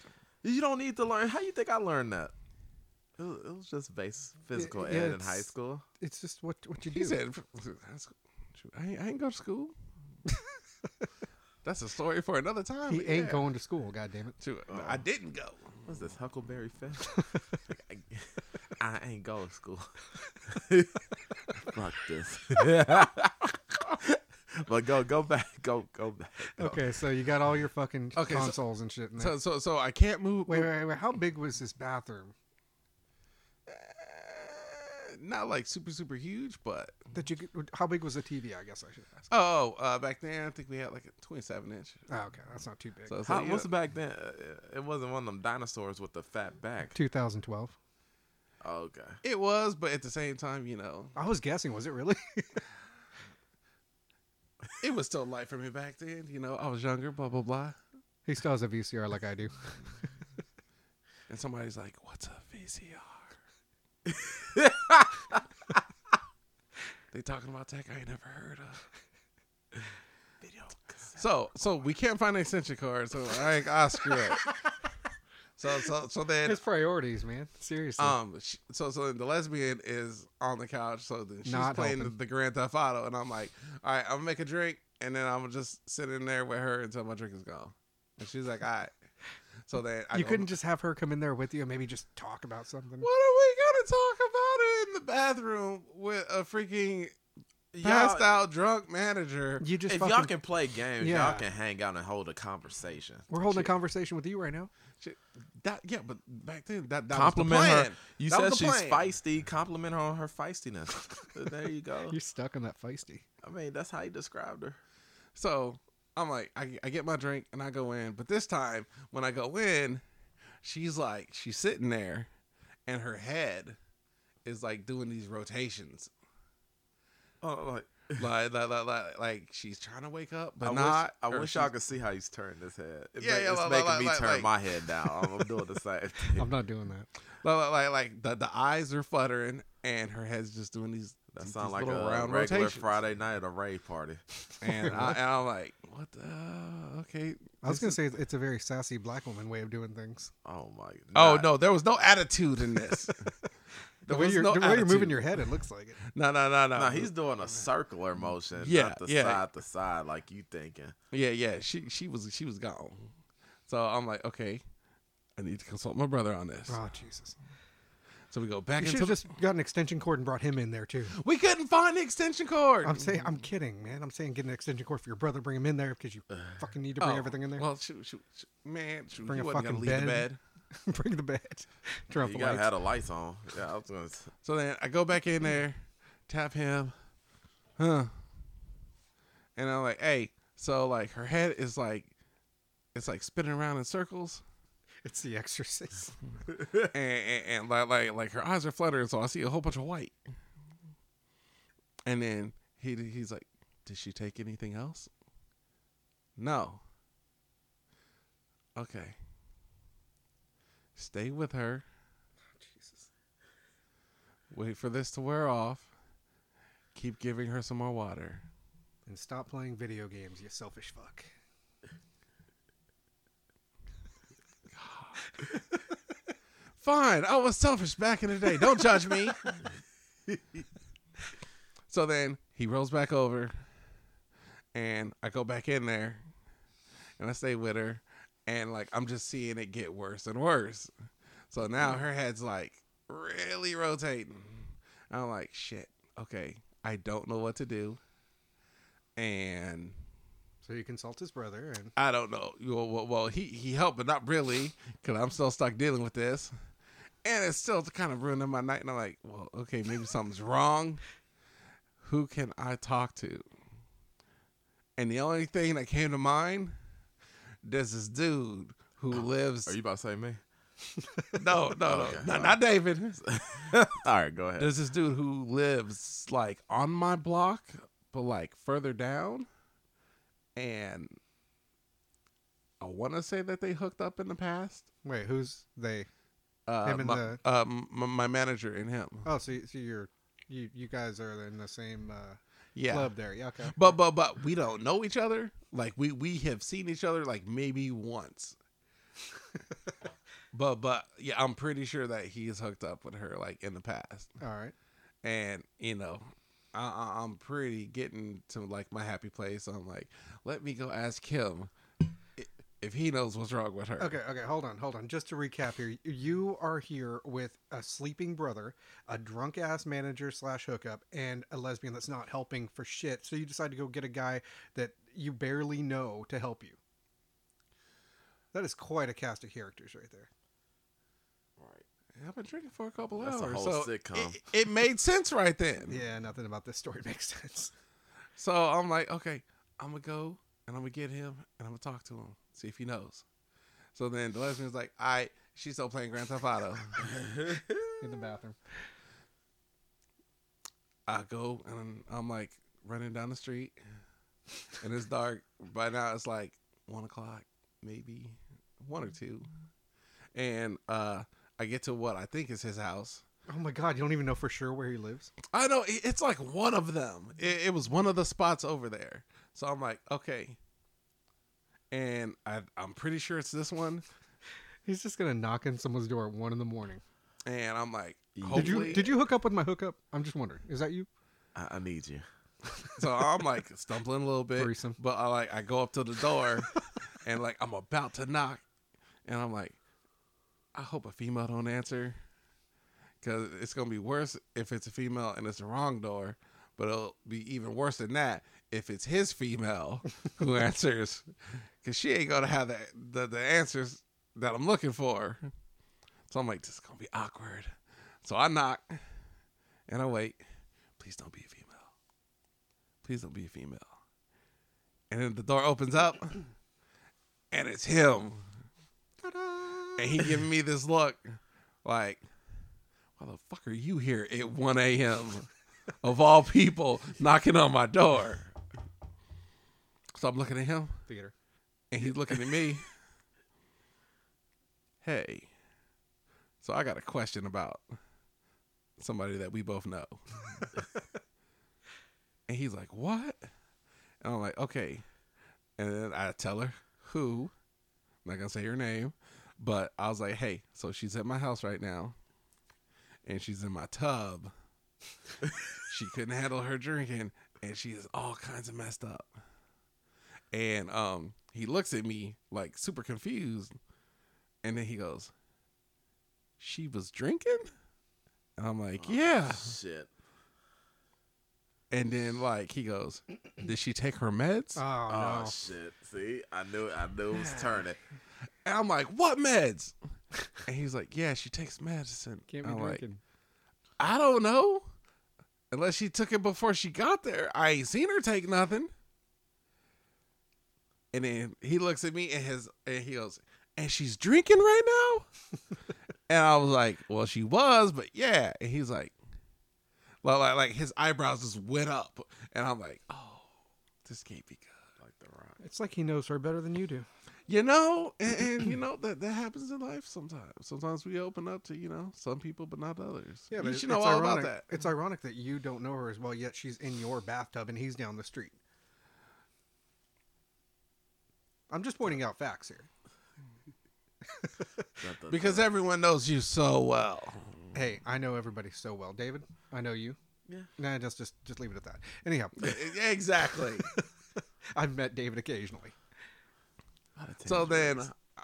Speaker 2: You don't need to learn. How you think I learned that? It was, it was just base physical
Speaker 1: yeah,
Speaker 2: ed in
Speaker 1: it's-
Speaker 2: high school.
Speaker 1: It's just what what you do.
Speaker 3: He said, "That's- shoot, I, ain't- I ain't go to school." That's a story for another time.
Speaker 1: he
Speaker 3: but
Speaker 1: ain't Oh.
Speaker 3: yeah.
Speaker 1: going to school. God damn it!
Speaker 3: Shoot, I didn't go.
Speaker 2: What's this Huckleberry Finn? I ain't go to school. Fuck this. but go go back. Go go back. Go.
Speaker 1: Okay, so you got all your fucking
Speaker 3: Okay, so-
Speaker 1: consoles and shit. In there.
Speaker 3: So so so I can't move.
Speaker 1: wait, wait, wait. How big was this bathroom
Speaker 3: uh, Not like super super huge, but
Speaker 1: that you? could- How big was the TV? I guess I should ask.
Speaker 3: oh, uh, back then I think we had like a 27 inch.
Speaker 1: Oh, okay, that's not too big.
Speaker 3: So it's
Speaker 2: How,
Speaker 3: like, you
Speaker 2: what's
Speaker 3: know-
Speaker 2: back then? Uh, It wasn't one of them dinosaurs with the fat back. Oh,
Speaker 1: 2012.
Speaker 2: Okay.
Speaker 3: It was, but at the same time, you know,
Speaker 1: I was guessing. Was it really?
Speaker 3: it was still light for me back then. You know, I was younger, blah blah blah.
Speaker 1: he still has a VCR like I do.
Speaker 3: And somebody's like, "What's a VCR?" they talking about tech I ain't never heard of.
Speaker 2: Video.
Speaker 3: So, so we can't find an extension card. So I, I screw it. So, so, so then,
Speaker 1: His priorities, man. Seriously.
Speaker 3: um, sh- so, so then the lesbian is on the couch. So then she's
Speaker 1: Not
Speaker 3: playing the,
Speaker 1: helping.
Speaker 3: the Grand Theft Auto, and I'm like, "All right, I'm gonna make a drink, and then I'm gonna just sit in there with her until my drink is gone." And she's like, "All right." So then I
Speaker 1: you
Speaker 3: go-
Speaker 1: couldn't just have her come in there with you and maybe just talk about something.
Speaker 3: What are we gonna talk about in the bathroom with a freaking passed out drunk manager?
Speaker 1: You just
Speaker 2: if
Speaker 1: fucking,
Speaker 2: y'all can play games,
Speaker 1: Yeah.
Speaker 2: y'all can hang out and hold a conversation.
Speaker 1: we're holding a conversation with you right now.
Speaker 3: Shit, That, yeah, but back then that, that
Speaker 2: Compliment
Speaker 3: was the
Speaker 2: her.
Speaker 3: plan.
Speaker 2: You
Speaker 3: That
Speaker 2: said
Speaker 3: was the
Speaker 2: she's
Speaker 3: plan.
Speaker 2: feisty. Compliment her on her feistiness. there you go.
Speaker 1: You're stuck in that feisty.
Speaker 2: I mean, that's how you described her.
Speaker 3: So I'm like, I, I get my drink and I go in, but this time when I go in, she's like, she's sitting there, and her head is like doing these rotations,
Speaker 2: Oh, like,
Speaker 3: like like, like, like, like she's trying to wake up, but
Speaker 2: I
Speaker 3: not.
Speaker 2: Wish, I
Speaker 3: or
Speaker 2: wish
Speaker 3: she's-
Speaker 2: y'all could see how he's turning his head. It
Speaker 3: Yeah,
Speaker 2: make-
Speaker 3: yeah,
Speaker 2: it's
Speaker 3: like-
Speaker 2: making
Speaker 3: like-
Speaker 2: me
Speaker 3: like-
Speaker 2: turn
Speaker 3: like-
Speaker 2: my head down. I'm, I'm doing the same
Speaker 1: I'm
Speaker 2: thing.
Speaker 1: not doing that.
Speaker 3: Like, like, like, like the, the eyes are fluttering and her head's just doing these.
Speaker 2: That
Speaker 3: these-
Speaker 2: sounds
Speaker 3: these
Speaker 2: like
Speaker 3: little
Speaker 2: a
Speaker 3: round
Speaker 2: regular
Speaker 3: rotations.
Speaker 2: Friday night at a rave party.
Speaker 3: And, I, and I'm like, what the? uh, okay.
Speaker 1: I was
Speaker 3: this
Speaker 1: gonna
Speaker 3: is-
Speaker 1: say it's- it's a very sassy black woman way of doing things.
Speaker 2: Oh my!
Speaker 3: Oh
Speaker 2: nah,
Speaker 3: no, there was no attitude in this.
Speaker 1: The
Speaker 3: There
Speaker 1: way
Speaker 3: was
Speaker 1: you're,
Speaker 3: no
Speaker 1: the way you're moving
Speaker 3: attitude.
Speaker 1: your head, it looks like it.
Speaker 3: No, no, no, no.
Speaker 2: Nah, he's doing a circular motion,
Speaker 3: Yeah,
Speaker 2: not the
Speaker 3: yeah.
Speaker 2: side to side like you thinking.
Speaker 3: yeah, yeah. She she was she was gone. So I'm like, okay, I need to consult my brother on this.
Speaker 1: Oh Jesus!
Speaker 3: So we go back
Speaker 1: You should
Speaker 3: into
Speaker 1: have
Speaker 3: the-
Speaker 1: just got an extension cord and brought him in there too.
Speaker 3: We couldn't find the extension cord.
Speaker 1: I'm saying,
Speaker 3: Mm.
Speaker 1: I'm kidding, man. I'm saying get an extension cord for your brother, bring him in there because you fucking need to bring
Speaker 3: Oh,
Speaker 1: everything in there.
Speaker 3: Well, shoot, shoot, shoot. man, shoot,
Speaker 1: Bring
Speaker 3: you
Speaker 1: a
Speaker 3: wasn't gonna
Speaker 1: fucking
Speaker 3: leave the
Speaker 1: bed.
Speaker 3: bed.
Speaker 1: bring the bed. Turn off
Speaker 2: You
Speaker 1: the
Speaker 2: gotta
Speaker 1: lights.
Speaker 2: have the lights on. Yeah, I was gonna. s-
Speaker 3: So then I go back in there, tap him, huh? And I'm like, hey, so like her head is like, it's like spinning around in circles,
Speaker 1: It's the Exorcist.
Speaker 3: and, and, and like, like like her eyes are fluttering, so I see a whole bunch of white. And then he he's like, did she take anything else? No. Okay. Stay with her.
Speaker 1: Jesus.
Speaker 3: Wait for this to wear off. Keep giving her some more water.
Speaker 1: And stop playing video games, you selfish fuck.
Speaker 3: Fine, I was selfish back in the day. Don't judge me. so then he rolls back over, and I go back in there, and I stay with her, and like I'm just seeing it get worse and worse. So now her head's like really rotating. I'm like, shit. Okay, I don't know what to do. and
Speaker 1: So you consult his brother, and
Speaker 3: I don't know. Well, well, well he he helped, but not really, because I'm still stuck dealing with this, and it's still kind of ruining my night. And I'm like, well, okay, maybe something's wrong. Who can I talk to? And the only thing that came to mind, there's this dude who lives.
Speaker 2: Are you about to say me?
Speaker 3: no, no, no,
Speaker 2: Okay.
Speaker 3: not, not David.
Speaker 2: All right, go ahead.
Speaker 3: There's this dude who lives like on my block, but like further down, and I want to say that they hooked up in the past.
Speaker 1: wait, who's they?
Speaker 3: Uh,
Speaker 1: Him and
Speaker 3: my,
Speaker 1: the-
Speaker 3: uh, m- m- my manager and him.
Speaker 1: Oh, so, you- so you're you you guys are in the same uh,
Speaker 3: yeah,
Speaker 1: club there? Yeah, okay.
Speaker 3: but but but we don't know each other. Like we we have seen each other like maybe once. but but yeah, I'm pretty sure that he is hooked up with her like in the past.
Speaker 1: All right.
Speaker 3: and you know I, I- i'm pretty getting to like my happy place i'm like let me go ask him i- if he knows what's wrong with her
Speaker 1: Okay, okay, hold on, hold on. Just to recap here, you are here with a sleeping brother, a drunk ass manager slash hookup, and a lesbian that's not helping for shit. So you decide to go get a guy that you barely know to help you. That is quite a cast of characters right there.
Speaker 3: i've been drinking for a couple
Speaker 2: That's a
Speaker 3: hours
Speaker 2: whole
Speaker 3: so
Speaker 2: sitcom.
Speaker 3: It, it made sense right then
Speaker 1: Yeah, nothing about this story makes sense.
Speaker 3: so i'm like okay i'm gonna go and i'm gonna get him and i'm gonna talk to him see if he knows so then the lesbian's like all right she's still playing grand theft auto
Speaker 1: In the bathroom.
Speaker 3: I go and I'm, I'm like running down the street, and it's dark. By now it's like one o'clock, maybe one or two, and uh, I get to what I think is his house.
Speaker 1: Oh my god, you don't even know for sure where he lives.
Speaker 3: I know it- it's like one of them. It, it was one of the spots over there. So I'm like, okay, and I, I'm pretty sure it's this one.
Speaker 1: He's just gonna knock on someone's door at one in the morning.
Speaker 3: And I'm like,
Speaker 2: Did you-
Speaker 1: Did
Speaker 3: hopefully,
Speaker 1: you did you hook up with my hookup? I'm just wondering. Is that you?
Speaker 2: I, I need you.
Speaker 3: So I'm like stumbling a little bit,
Speaker 1: Threesome.
Speaker 3: but I like I go up to the door, and like I'm about to knock, and I'm like, I hope a female don't answer, because it's gonna be worse if it's a female and it's the wrong door, but it'll be even worse than that if it's his female who answers, because she ain't gonna have the, the the answers that I'm looking for. So I'm like, this is gonna be awkward. So I knock, and I wait. Please don't be a female please don't be a female. And then the door opens up, and it's him. And he giving me this look, like, "Why the fuck are you here at 1 a.m. of all people knocking on my door?" So I'm looking at him,
Speaker 1: Theater.
Speaker 3: and he's looking at me. Hey, so I got a question about somebody that we both know. and he's like, What? And I'm like, Okay. And then I tell her who. I'm not going to say her name, but I was like, Hey, so she's at my house right now, and she's in my tub. she couldn't handle her drinking, and she is all kinds of messed up and um he looks at me like super confused and then he goes she was drinking and i'm like yeah
Speaker 2: Oh, Shit.
Speaker 3: and then like he goes did she take her meds
Speaker 1: Oh,
Speaker 2: Oh,
Speaker 1: no.
Speaker 2: shit. See, I knew it. I knew it was turning.
Speaker 3: and i'm like what meds and he's like yeah she takes medicine
Speaker 1: Can't be
Speaker 3: I'm like,
Speaker 1: drinking.
Speaker 3: i don't know unless she took it before she got there i ain't seen her take nothing and then he looks at me and his and he goes and she's drinking right now And I was like, well, she was, but yeah. And he's like, like, like, like his eyebrows just went up. And I'm like, oh, this can't be good. Like the rock.
Speaker 1: It's like he knows her better than you do.
Speaker 3: You know, and, and you know, that, that happens in life sometimes. Sometimes we open up to, you know, some people, but not others. Yeah, you should know all
Speaker 1: ironic.
Speaker 3: about that.
Speaker 1: It's ironic that you don't know her as well, yet she's in your bathtub and he's down the street. I'm just pointing out facts here.
Speaker 2: Dun, dun,
Speaker 3: Because
Speaker 2: dun.
Speaker 3: everyone knows you so well.
Speaker 1: Hey, I know everybody so well, David. I know you.
Speaker 2: Yeah.
Speaker 1: Nah, just just just leave it at that. Anyhow,
Speaker 3: e, exactly.
Speaker 1: I've met David occasionally.
Speaker 2: Out of ten
Speaker 3: so then
Speaker 2: drinks.
Speaker 3: I-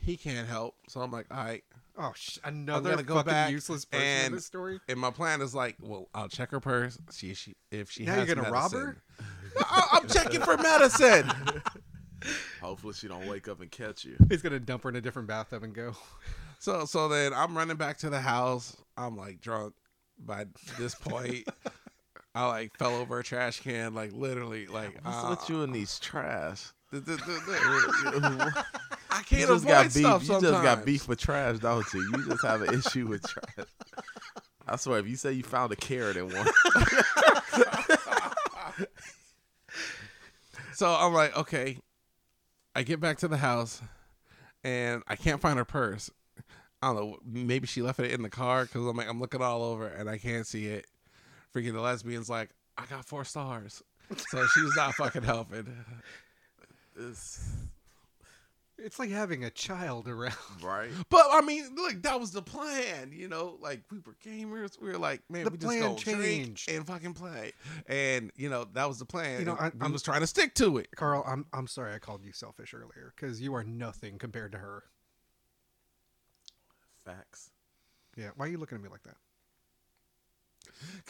Speaker 3: he can't help. So I'm like, all right.
Speaker 1: Oh, sh- another
Speaker 3: gonna go
Speaker 1: fucking
Speaker 3: back
Speaker 1: useless person in
Speaker 3: and-
Speaker 1: this story.
Speaker 3: And my plan is like, well, I'll check her purse, see if she if she
Speaker 1: Now
Speaker 3: has
Speaker 1: you're gonna rob
Speaker 3: medicine. I- I'm checking for medicine.
Speaker 2: Hopefully, she don't wake up and catch you.
Speaker 1: He's gonna dump her in a different bathtub and go.
Speaker 3: So so then I'm running back to the house. I'm like drunk by this point. I like fell over a trash can, like literally, like
Speaker 2: What's
Speaker 3: uh,
Speaker 2: with you in these trash?
Speaker 3: th- th- th-
Speaker 2: you
Speaker 3: th- I can't
Speaker 2: just
Speaker 3: avoid
Speaker 2: got beef.
Speaker 3: stuff.
Speaker 2: you
Speaker 3: sometimes.
Speaker 2: just got beef with trash, don't you? You just have an issue with trash. I swear, if you say you found a carrot in one,
Speaker 3: So I'm like, okay. I get back to the house, and I can't find her purse. I don't know. Maybe she left it in the car because I'm like, I'm looking all over and I can't see it. Freaking the lesbian's like, I got four stars, so she's not fucking helping.
Speaker 2: it's,
Speaker 1: It's like having a child around.
Speaker 2: right?
Speaker 3: But I mean, look, that was the plan, you know. Like we were gamers, we were like, man,
Speaker 1: The
Speaker 3: we
Speaker 1: plan
Speaker 3: just go drink
Speaker 1: changed.
Speaker 3: and fucking play, and you know that was the plan.
Speaker 1: You know,
Speaker 3: and
Speaker 1: I-
Speaker 3: we
Speaker 1: I'm-
Speaker 3: was trying to stick to it.
Speaker 1: Carl, I'm I'm sorry I called you selfish earlier because you are nothing compared to her.
Speaker 2: Facts.
Speaker 1: Yeah, why are you looking at me like that?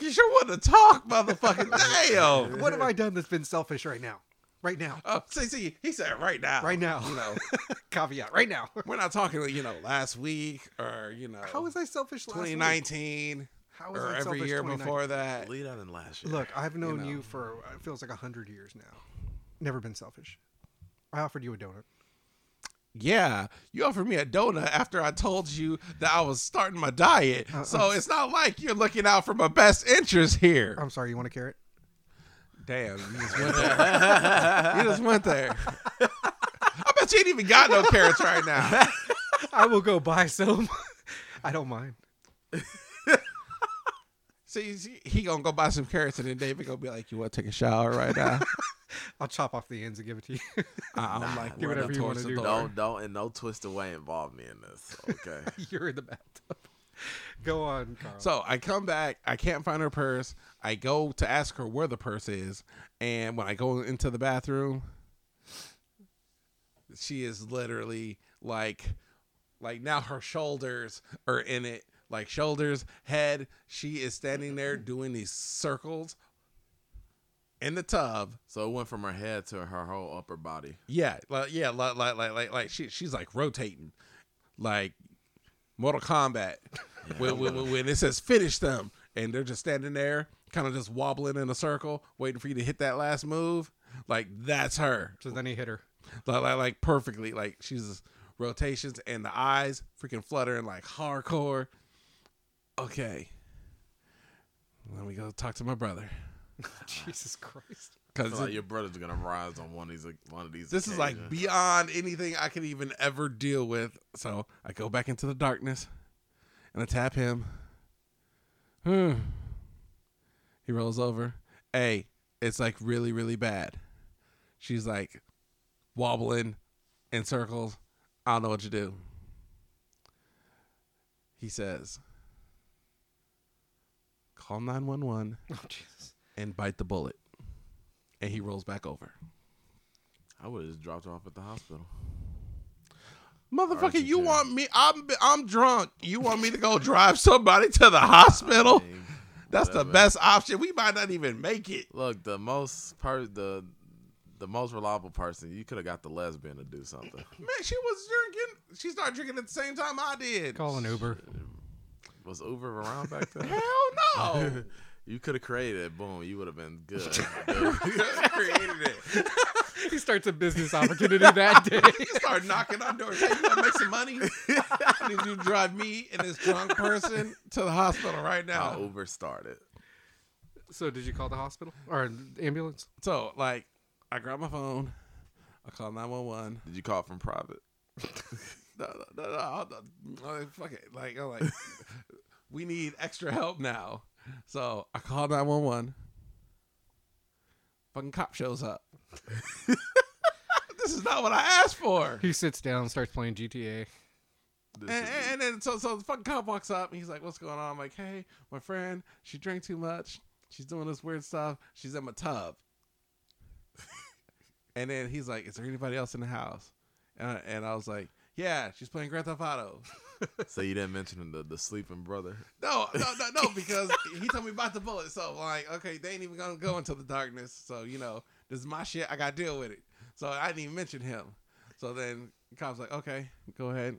Speaker 3: You sure want to talk, motherfucking damn.
Speaker 1: What have I done that's been selfish right now? Right now,
Speaker 3: Oh, see, see, he said right now,
Speaker 1: right now.
Speaker 3: You know,
Speaker 1: Caveat, right now.
Speaker 3: we're not talking, you know, last week or you know,
Speaker 1: How was I selfish last week?
Speaker 3: 2019
Speaker 1: How was
Speaker 3: or
Speaker 1: I
Speaker 3: every
Speaker 1: selfish
Speaker 3: year
Speaker 1: 2019?
Speaker 3: before that.
Speaker 2: Lead out in last year.
Speaker 1: Look, I've known you,
Speaker 3: know.
Speaker 1: for it feels like a hundred years now. Never been selfish. I offered you a donut.
Speaker 3: Yeah, you offered me a donut after I told you that I was starting my diet.
Speaker 1: Uh,
Speaker 3: so it's not like you're looking out for my best interest here.
Speaker 1: I'm sorry, you want a carrot?
Speaker 3: Damn, you just went there. you just went there. I bet you ain't even got no carrots right now.
Speaker 1: I will go buy some. I don't mind.
Speaker 3: See, see, he gonna go buy some carrots and then David gonna be like, "You want to take a shower right now?"
Speaker 1: I'll chop off the ends and give it to you.
Speaker 3: I- I'm like,
Speaker 1: do
Speaker 3: running
Speaker 1: whatever you
Speaker 3: towards
Speaker 1: wanna
Speaker 3: the
Speaker 1: do.
Speaker 3: door.
Speaker 2: don't don't and no twist away involve me in this. Okay.
Speaker 1: You're in the bathtub. Go on, Carl.
Speaker 3: So I come back, I can't find her purse. I go to ask her where the purse is, and when I go into the bathroom, she is literally like like now her shoulders are in it. Like shoulders, head, she is standing there doing these circles in the tub.
Speaker 2: so it went from her head to her whole upper body.
Speaker 3: Yeah, like yeah, like like like like, like she she's like rotating, like Mortal Kombat when, when, when- when it says finish them and they're just standing there, kind of just wobbling in a circle, waiting for you to hit that last move. Like that's her,
Speaker 1: So then he hit her.
Speaker 3: like like, like perfectly. Like she's rotations and the eyes freaking fluttering like hardcore. Okay, let me go talk to my brother
Speaker 1: Jesus Christ.
Speaker 2: I feel
Speaker 3: because
Speaker 2: like your brother's gonna rise on one of these one of these.
Speaker 3: This is like
Speaker 2: occasions.
Speaker 3: beyond anything I could even ever deal with. So I go back into the darkness and I tap him. Hmm. He rolls over. Hey, it's like really, really bad. She's like wobbling in circles. I don't know what you do. He says, call 911
Speaker 1: Oh, Jesus.
Speaker 3: and bite the bullet. And he rolls back over.
Speaker 2: I would have just dropped her off at the hospital.
Speaker 3: Motherfucker,
Speaker 2: Urgent
Speaker 3: you
Speaker 2: care.
Speaker 3: want me? I'm I'm drunk. You want me to go drive somebody to the hospital?
Speaker 2: Dang.
Speaker 3: That's the
Speaker 2: whatever.
Speaker 3: best option. We might not even make it.
Speaker 2: Look, the most per the the most reliable person, you could have got the lesbian to do something.
Speaker 3: Man, she was drinking. She started drinking at the same time I did.
Speaker 1: Call an Uber.
Speaker 2: Was Uber around back then?
Speaker 3: Hell no.
Speaker 2: You could have created it. Boom, you would have been good.
Speaker 3: created it.
Speaker 1: he starts a business opportunity that day.
Speaker 3: You start knocking on doors. Hey, you want to make some money? I need you to drive me and this drunk person to the hospital right now.
Speaker 2: How Uber started.
Speaker 1: So did you call the hospital or an ambulance?
Speaker 3: So, like, I grab my phone. I call 911.
Speaker 2: Did you call from private?
Speaker 3: no, no, no, no, I'll- I'll- I'll- fuck it. Like, I'm like, we need extra help now. So I call 911. Fucking cop shows up. this is not what I asked for.
Speaker 1: He sits down, starts playing GTA.
Speaker 2: This
Speaker 3: And,
Speaker 2: is-
Speaker 3: and then so so the fucking cop walks up and he's like, "What's going on?" I'm like, "Hey, my friend, she drank too much. She's doing this weird stuff. She's in my tub." and then he's like, "Is there anybody else in the house?" And I, and I was like, Yeah, she's playing Grand Theft Auto.
Speaker 2: So you didn't mention the the sleeping brother.
Speaker 3: No, no, no, no, because he told me about the bullet. So like, okay, they ain't even gonna go into the darkness. So you know, this is my shit. I gotta deal with it. So I didn't even mention him. So then the cop's like, okay, go ahead,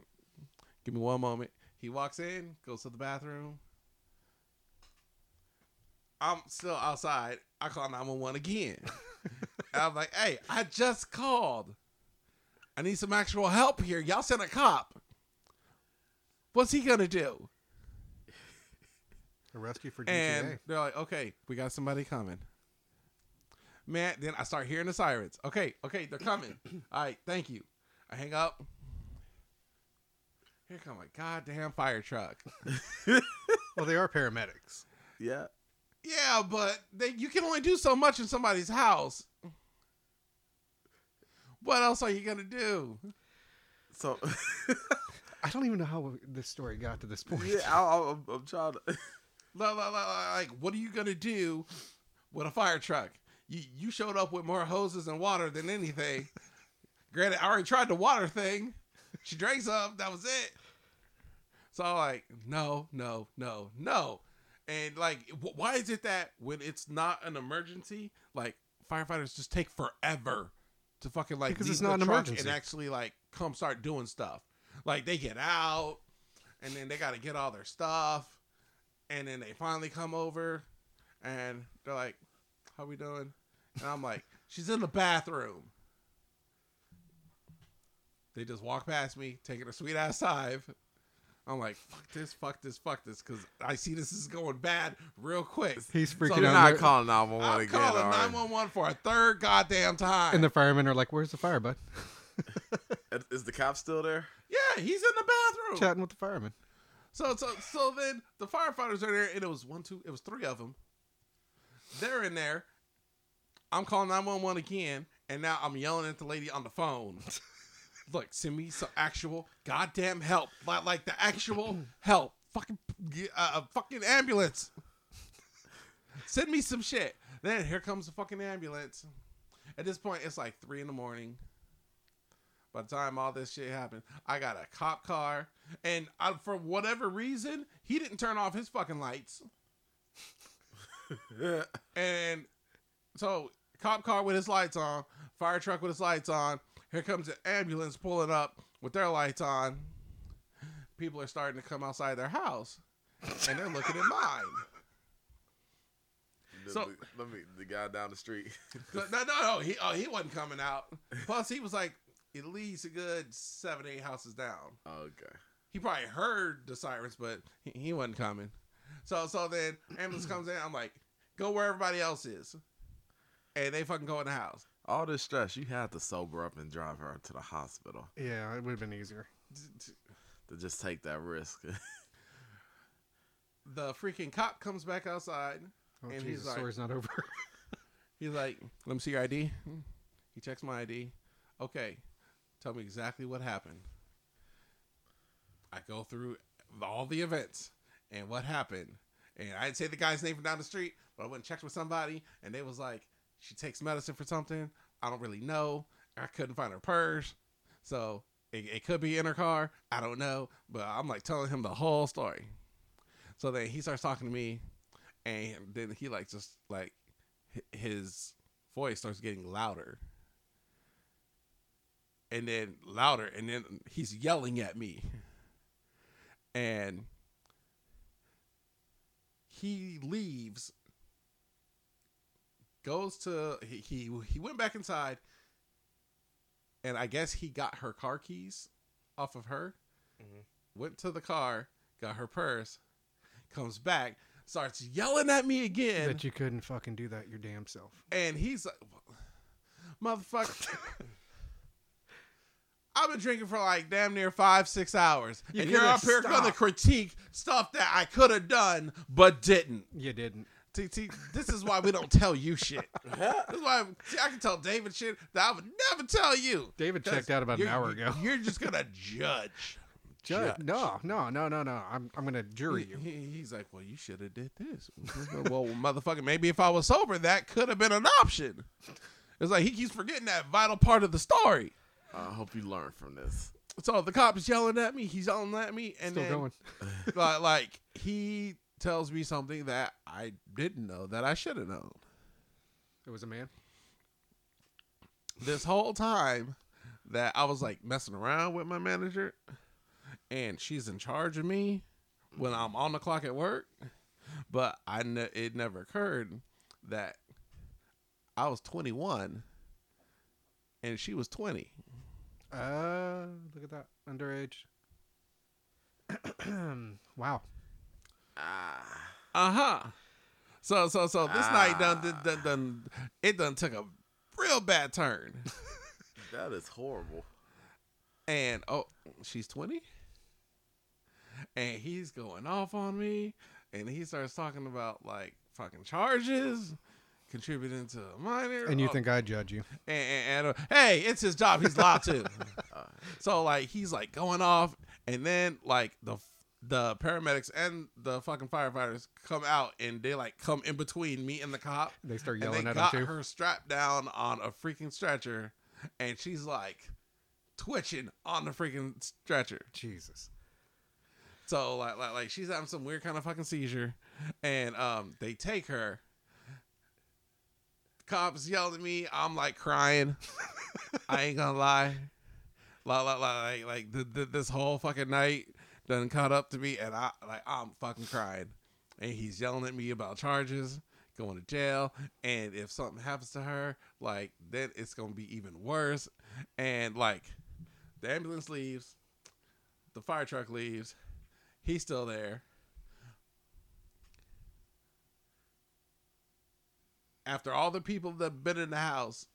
Speaker 3: give me one moment. He walks in, goes to the bathroom. I'm still outside. I call 911 again. And I'm like, hey, I just called. I need some actual help here. Y'all sent a cop. What's he gonna do?
Speaker 1: A rescue for GTA.
Speaker 3: And they're like, okay, we got somebody coming. Man, then I start hearing the sirens. Okay, okay, they're coming. All right, thank you. I hang up. Here come a goddamn fire truck.
Speaker 1: well, they are paramedics.
Speaker 2: Yeah.
Speaker 3: Yeah, but they, you can only do so much in somebody's house. What else are you gonna do?
Speaker 2: So
Speaker 1: I don't even know how this story got to this point.
Speaker 2: yeah, I, I'm, I'm trying to.
Speaker 3: La- la- la- la- Like, what are you gonna do with a fire truck? You you showed up with more hoses and water than anything. Granted, I already tried the water thing. She drank some. That was it. So I'm like, no, no, no, no. And like, wh- why is it that when it's not an emergency, like firefighters just take forever to fucking like
Speaker 1: Because
Speaker 3: leave
Speaker 1: it's not
Speaker 3: the
Speaker 1: an
Speaker 3: truck
Speaker 1: emergency.
Speaker 3: and actually like come start doing stuff. Like they get out, and then they got to get all their stuff, and then they finally come over, and they're like, "How we doing?" And I'm like, "She's in the bathroom." They just walk past me, taking a sweet ass dive. I'm like, fuck this, fuck this, fuck this, because I see this is going bad real quick.
Speaker 1: He's freaking
Speaker 3: they're
Speaker 2: Oh, You're
Speaker 1: out.
Speaker 2: not
Speaker 1: They're-
Speaker 2: calling 911
Speaker 3: I'm
Speaker 2: again.
Speaker 3: calling
Speaker 2: are you?
Speaker 3: 911 for a third goddamn time.
Speaker 1: And the firemen are like, "Where's the fire, bud?"
Speaker 2: Is- Is the cop still there?
Speaker 3: yeah, he's in the bathroom.
Speaker 1: Chatting with the firemen.
Speaker 3: So so so then the firefighters are there, and it was one, two, it was three of them. They're in there. I'm calling 911 again, and now I'm yelling at the lady on the phone. Look, send me some actual goddamn help, like, like the actual help, fucking uh, a fucking ambulance. Send me some shit. Then here comes the fucking ambulance. At this point, it's like three in the morning. By the time all this shit happened, I got a cop car, and I, for whatever reason, he didn't turn off his fucking lights. and so, cop car with his lights on, fire truck with his lights on. Here comes an ambulance pulling up with their lights on. People are starting to come outside their house, and they're looking at mine.
Speaker 2: The-
Speaker 3: So-
Speaker 2: the- let me the guy down the street.
Speaker 3: No, no, no. He, oh, he wasn't coming out. Plus, he was like at least a good seven, eight houses down.
Speaker 2: okay.
Speaker 3: He probably heard the sirens, but he, he wasn't coming. So, so then ambulance comes in. I'm like, go where everybody else is, and they fucking go in the house.
Speaker 2: All this stress, you had to sober up and drive her to the hospital
Speaker 1: Yeah, it would have been easier.
Speaker 2: to just take that risk.
Speaker 3: The freaking cop comes back outside.
Speaker 1: Oh,
Speaker 3: And
Speaker 1: Jesus,
Speaker 3: he's like-
Speaker 1: story's not over.
Speaker 3: He's like, let me see your ID. He checks my ID. Okay, tell me exactly what happened. I go through all the events and what happened. And I didn't say the guy's name from down the street, but I went and checked with somebody, and they was like, she takes medicine for something. I don't really know. I couldn't find her purse. So it, it could be in her car. I don't know. But I'm like telling him the whole story. So then he starts talking to me, and then he like just like hi- his voice starts getting louder and then louder and then he's yelling at me and he leaves goes to he, he he went back inside and i guess he got her car keys off of her
Speaker 1: Mhm.
Speaker 3: went to the car got her purse comes back starts yelling at me again
Speaker 1: that you couldn't fucking do that your damn self.
Speaker 3: and he's like, motherfucker. I've been drinking for like damn near five, six hours.
Speaker 1: You
Speaker 3: and you're
Speaker 1: could've
Speaker 3: up here gonna
Speaker 1: stopped.
Speaker 3: critique stuff that I could have done but didn't.
Speaker 1: You didn't.
Speaker 3: See, see, this is why we don't tell you shit. this is why see, I can tell David shit that I would never tell you.
Speaker 1: David checked out about an
Speaker 3: You're-
Speaker 1: hour ago.
Speaker 3: You're just gonna judge.
Speaker 1: Judge? No, no, no, no, no. I'm, I'm gonna jury you.
Speaker 3: He- he's like, well, you should have did this. well, motherfucker, maybe if I was sober, that could have been an option. It's like he keeps forgetting that vital part of the story.
Speaker 2: I hope you learned from this.
Speaker 3: so the cop's yelling at me. He's yelling at me, and
Speaker 1: Still
Speaker 3: then
Speaker 1: going.
Speaker 3: li- like he tells me something that I didn't know that I should have known.
Speaker 1: It was a man.
Speaker 3: This whole time that I was like messing around with my manager, and she's in charge of me when I'm on the clock at work, but I ne- it never occurred that I was 21 and she was 20.
Speaker 1: Uh, look at that. Underage. wow.
Speaker 2: Ah,
Speaker 3: Uh huh. So so so this night done, done done done it done took a real bad turn.
Speaker 2: That is horrible.
Speaker 3: And oh, she's 20. And he's going off on me. And he starts talking about like fucking charges, contributing to a minor.
Speaker 1: And you
Speaker 3: oh,
Speaker 1: think I judge you?
Speaker 3: And, and, and, uh, hey, it's his job. He's allowed to. so like he's like going off. And then like the the paramedics and the fucking firefighters come out and they like come in between me and the cop.
Speaker 1: They start
Speaker 3: And
Speaker 1: yelling
Speaker 3: they
Speaker 1: at
Speaker 3: got
Speaker 1: him too.
Speaker 3: her strapped down on a freaking stretcher, and she's like twitching on the freaking stretcher.
Speaker 1: Jesus.
Speaker 3: So like like like she's having some weird kind of fucking seizure, and um they take her. Cops yelled at me. I'm like crying. I ain't gonna lie. Like like like like, like th- th- this whole fucking night done caught up to me, and I like I'm fucking crying. And he's yelling at me about charges, going to jail, and if something happens to her, like then it's gonna be even worse. And like the ambulance leaves, the fire truck leaves, He's still there. After all the people that been in the house,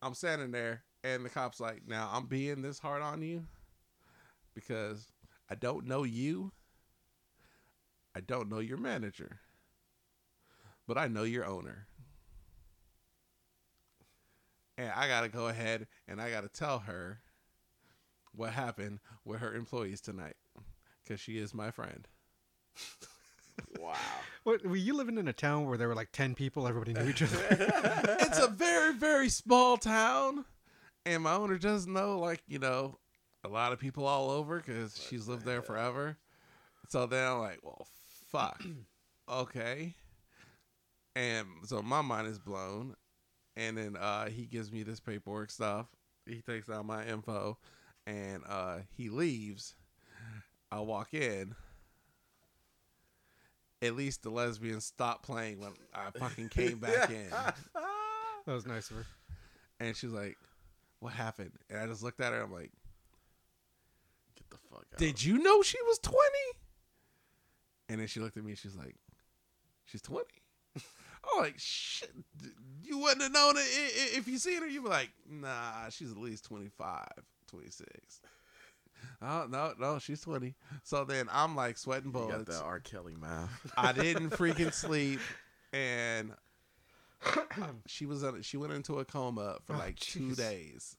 Speaker 3: I'm standing there, and the cop's like, "Now I'm being this hard on you because I don't know you. I don't know your manager, but I know your owner, and I gotta go ahead and I gotta tell her what happened with her employees tonight because she is my friend.
Speaker 2: Wow.
Speaker 1: What, were you living in a town where there were like 10 people? Everybody knew each other.
Speaker 3: it's a very, very small town, and my owner does know, like, you know, a lot of people all over because she's lived there forever. So then I'm like, well, fuck. okay. And so my mind is blown. And then uh, he gives me this paperwork stuff. He takes out my info and uh, he leaves. I walk in. At least the lesbian stopped playing when I fucking came back in.
Speaker 1: that was nice of her.
Speaker 3: And she's like, "What happened?" And I just looked at her. I'm like,
Speaker 2: Get the fuck out.
Speaker 3: "Did you know she was 20?" And then she looked at me. She's like, "She's 20." I'm like, "Shit, d- you wouldn't have known it i- i- if you seen her." You'd be like, "Nah, she's at least 25, 26." Oh no, no, she's 20. So then I'm like sweating
Speaker 2: You got
Speaker 3: bullets.
Speaker 2: that R. Kelly mouth.
Speaker 3: I didn't freaking sleep, and she was in, she went into a coma for
Speaker 1: Oh,
Speaker 3: like two
Speaker 1: jeez.
Speaker 3: days.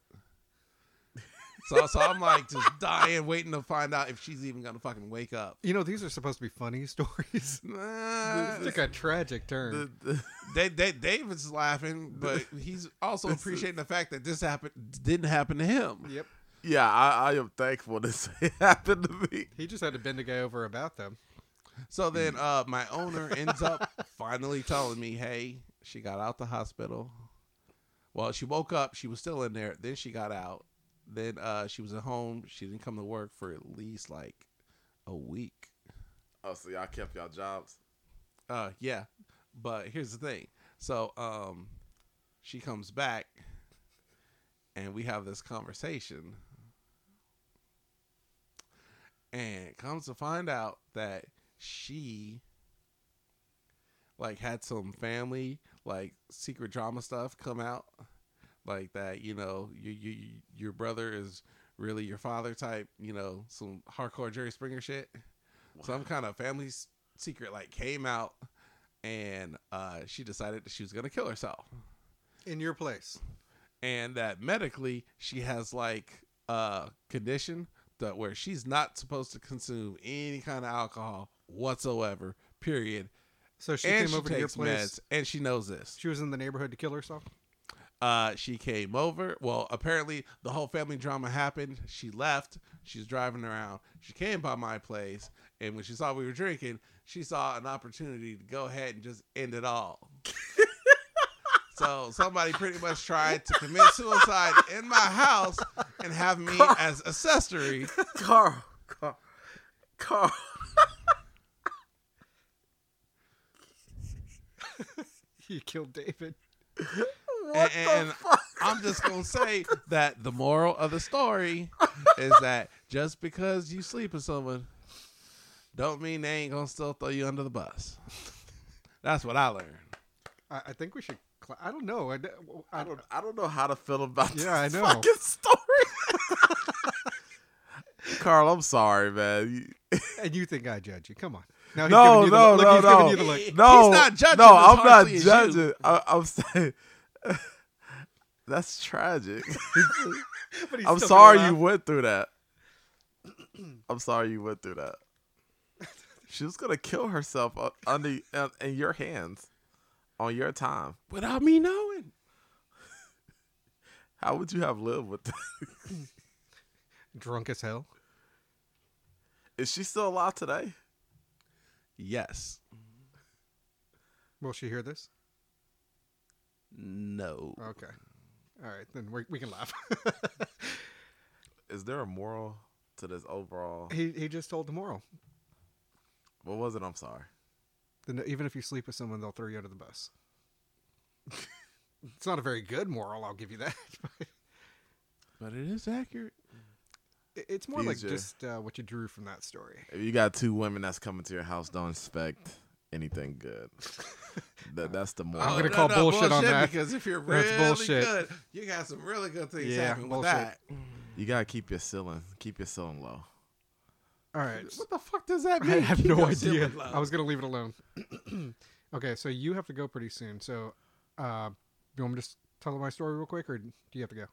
Speaker 3: So, so I'm like just dying, waiting to find out if she's even gonna fucking wake up.
Speaker 1: You know, these are supposed to be funny stories.
Speaker 3: Nah,
Speaker 1: It took a tragic turn.
Speaker 2: The- the-
Speaker 3: they, they, David's laughing, but he's also
Speaker 2: This
Speaker 3: appreciating the fact that this happened didn't happen to him.
Speaker 1: yep.
Speaker 2: yeah, I, I am thankful this happened to me.
Speaker 1: He just had to bend a guy over about them.
Speaker 3: So then uh, my owner ends up finally telling me, hey, she got out the hospital. Well, she woke up. She was still in there. Then she got out. Then uh, she was at home. She didn't come to work for at least like a week.
Speaker 2: Oh, so y'all kept y'all jobs.
Speaker 3: Uh, yeah. But here's the thing. So um, she comes back and we have this conversation. And comes to find out that she like had some family like secret drama stuff come out like that, you know, you, you you- your brother is really your father type, you know, some hardcore Jerry Springer shit. Some kind of family s- secret like came out and uh she decided that she was going to kill herself
Speaker 1: In your place.
Speaker 3: and that medically she has like a condition that where she's not supposed to consume any kind of alcohol whatsoever. Period.
Speaker 1: So she
Speaker 3: and
Speaker 1: came
Speaker 3: she
Speaker 1: over to your
Speaker 3: takes
Speaker 1: place.
Speaker 3: meds, and she knows this.
Speaker 1: She was in the neighborhood to kill herself.
Speaker 3: Uh, she came over. Well, apparently the whole family drama happened. She left. She's driving around. She came by my place, and when she saw we were drinking, she saw an opportunity to go ahead and just end it all. so somebody pretty much tried to commit suicide in my house and have me as accessory.
Speaker 4: Carl, Carl, Carl.
Speaker 1: You killed David.
Speaker 4: What
Speaker 3: and
Speaker 4: the fuck?
Speaker 3: I'm just gonna say that the moral of the story is that just because you sleep with someone, don't mean they ain't gonna still throw you under the bus. That's what I learned.
Speaker 1: I, I think we should. Cla- I don't know. I, d- I
Speaker 2: I
Speaker 1: don't.
Speaker 2: don't, I don't know how to feel about
Speaker 1: Yeah, I
Speaker 2: this
Speaker 1: know.
Speaker 2: fucking story. Carl, I'm sorry, man. You-
Speaker 1: And you think I judge you? Come on. Now he's
Speaker 2: No,
Speaker 1: giving you the
Speaker 2: no,
Speaker 1: look.
Speaker 2: no,
Speaker 1: he's
Speaker 2: no.
Speaker 1: giving you the look.
Speaker 2: No,
Speaker 3: He's not judging
Speaker 2: No,
Speaker 3: as
Speaker 2: I'm not
Speaker 3: harshly as you.
Speaker 2: judging. I, I'm saying that's tragic.
Speaker 1: But he's
Speaker 2: I'm
Speaker 1: still
Speaker 2: sorry
Speaker 1: gonna
Speaker 2: you
Speaker 1: laugh.
Speaker 2: went through that. I'm sorry you went through that. She was gonna kill herself u- under uh, in your hands, on your time.
Speaker 3: Without me knowing.
Speaker 2: How would you have lived with? That?
Speaker 1: drunk as hell.
Speaker 2: Is she still alive today?
Speaker 3: Yes.
Speaker 1: Will she hear this?
Speaker 3: No.
Speaker 1: Okay. All right, then we we can laugh.
Speaker 2: Is there a moral to this overall?
Speaker 1: he he just told the moral.
Speaker 2: What was it? I'm sorry.
Speaker 1: Then even if you sleep with someone, they'll throw you under the bus. it's not a very good moral. I'll give you that. but
Speaker 3: But it is accurate.
Speaker 1: it- it's more like
Speaker 2: Future.
Speaker 1: just uh, what you drew from that story.
Speaker 2: If you got two women that's coming to your house, don't expect anything good. that that's the moral.
Speaker 1: I'm gonna
Speaker 3: Oh, no,
Speaker 1: call
Speaker 3: no,
Speaker 1: bullshit on that.
Speaker 3: because if you're really
Speaker 1: That's bullshit.
Speaker 3: good, you got some really good things
Speaker 1: Yeah,
Speaker 3: happening with
Speaker 1: bullshit.
Speaker 3: that.
Speaker 2: You gotta keep your ceiling. Keep your ceiling low.
Speaker 1: All right.
Speaker 3: What the fuck does that
Speaker 1: I
Speaker 3: mean?
Speaker 1: have
Speaker 3: Keep
Speaker 1: no
Speaker 3: your ceiling
Speaker 1: idea.
Speaker 3: low.
Speaker 1: I was gonna leave it alone. okay, so you have to go pretty soon. So, uh, you want me to just tell my story real quick, or do you have to go?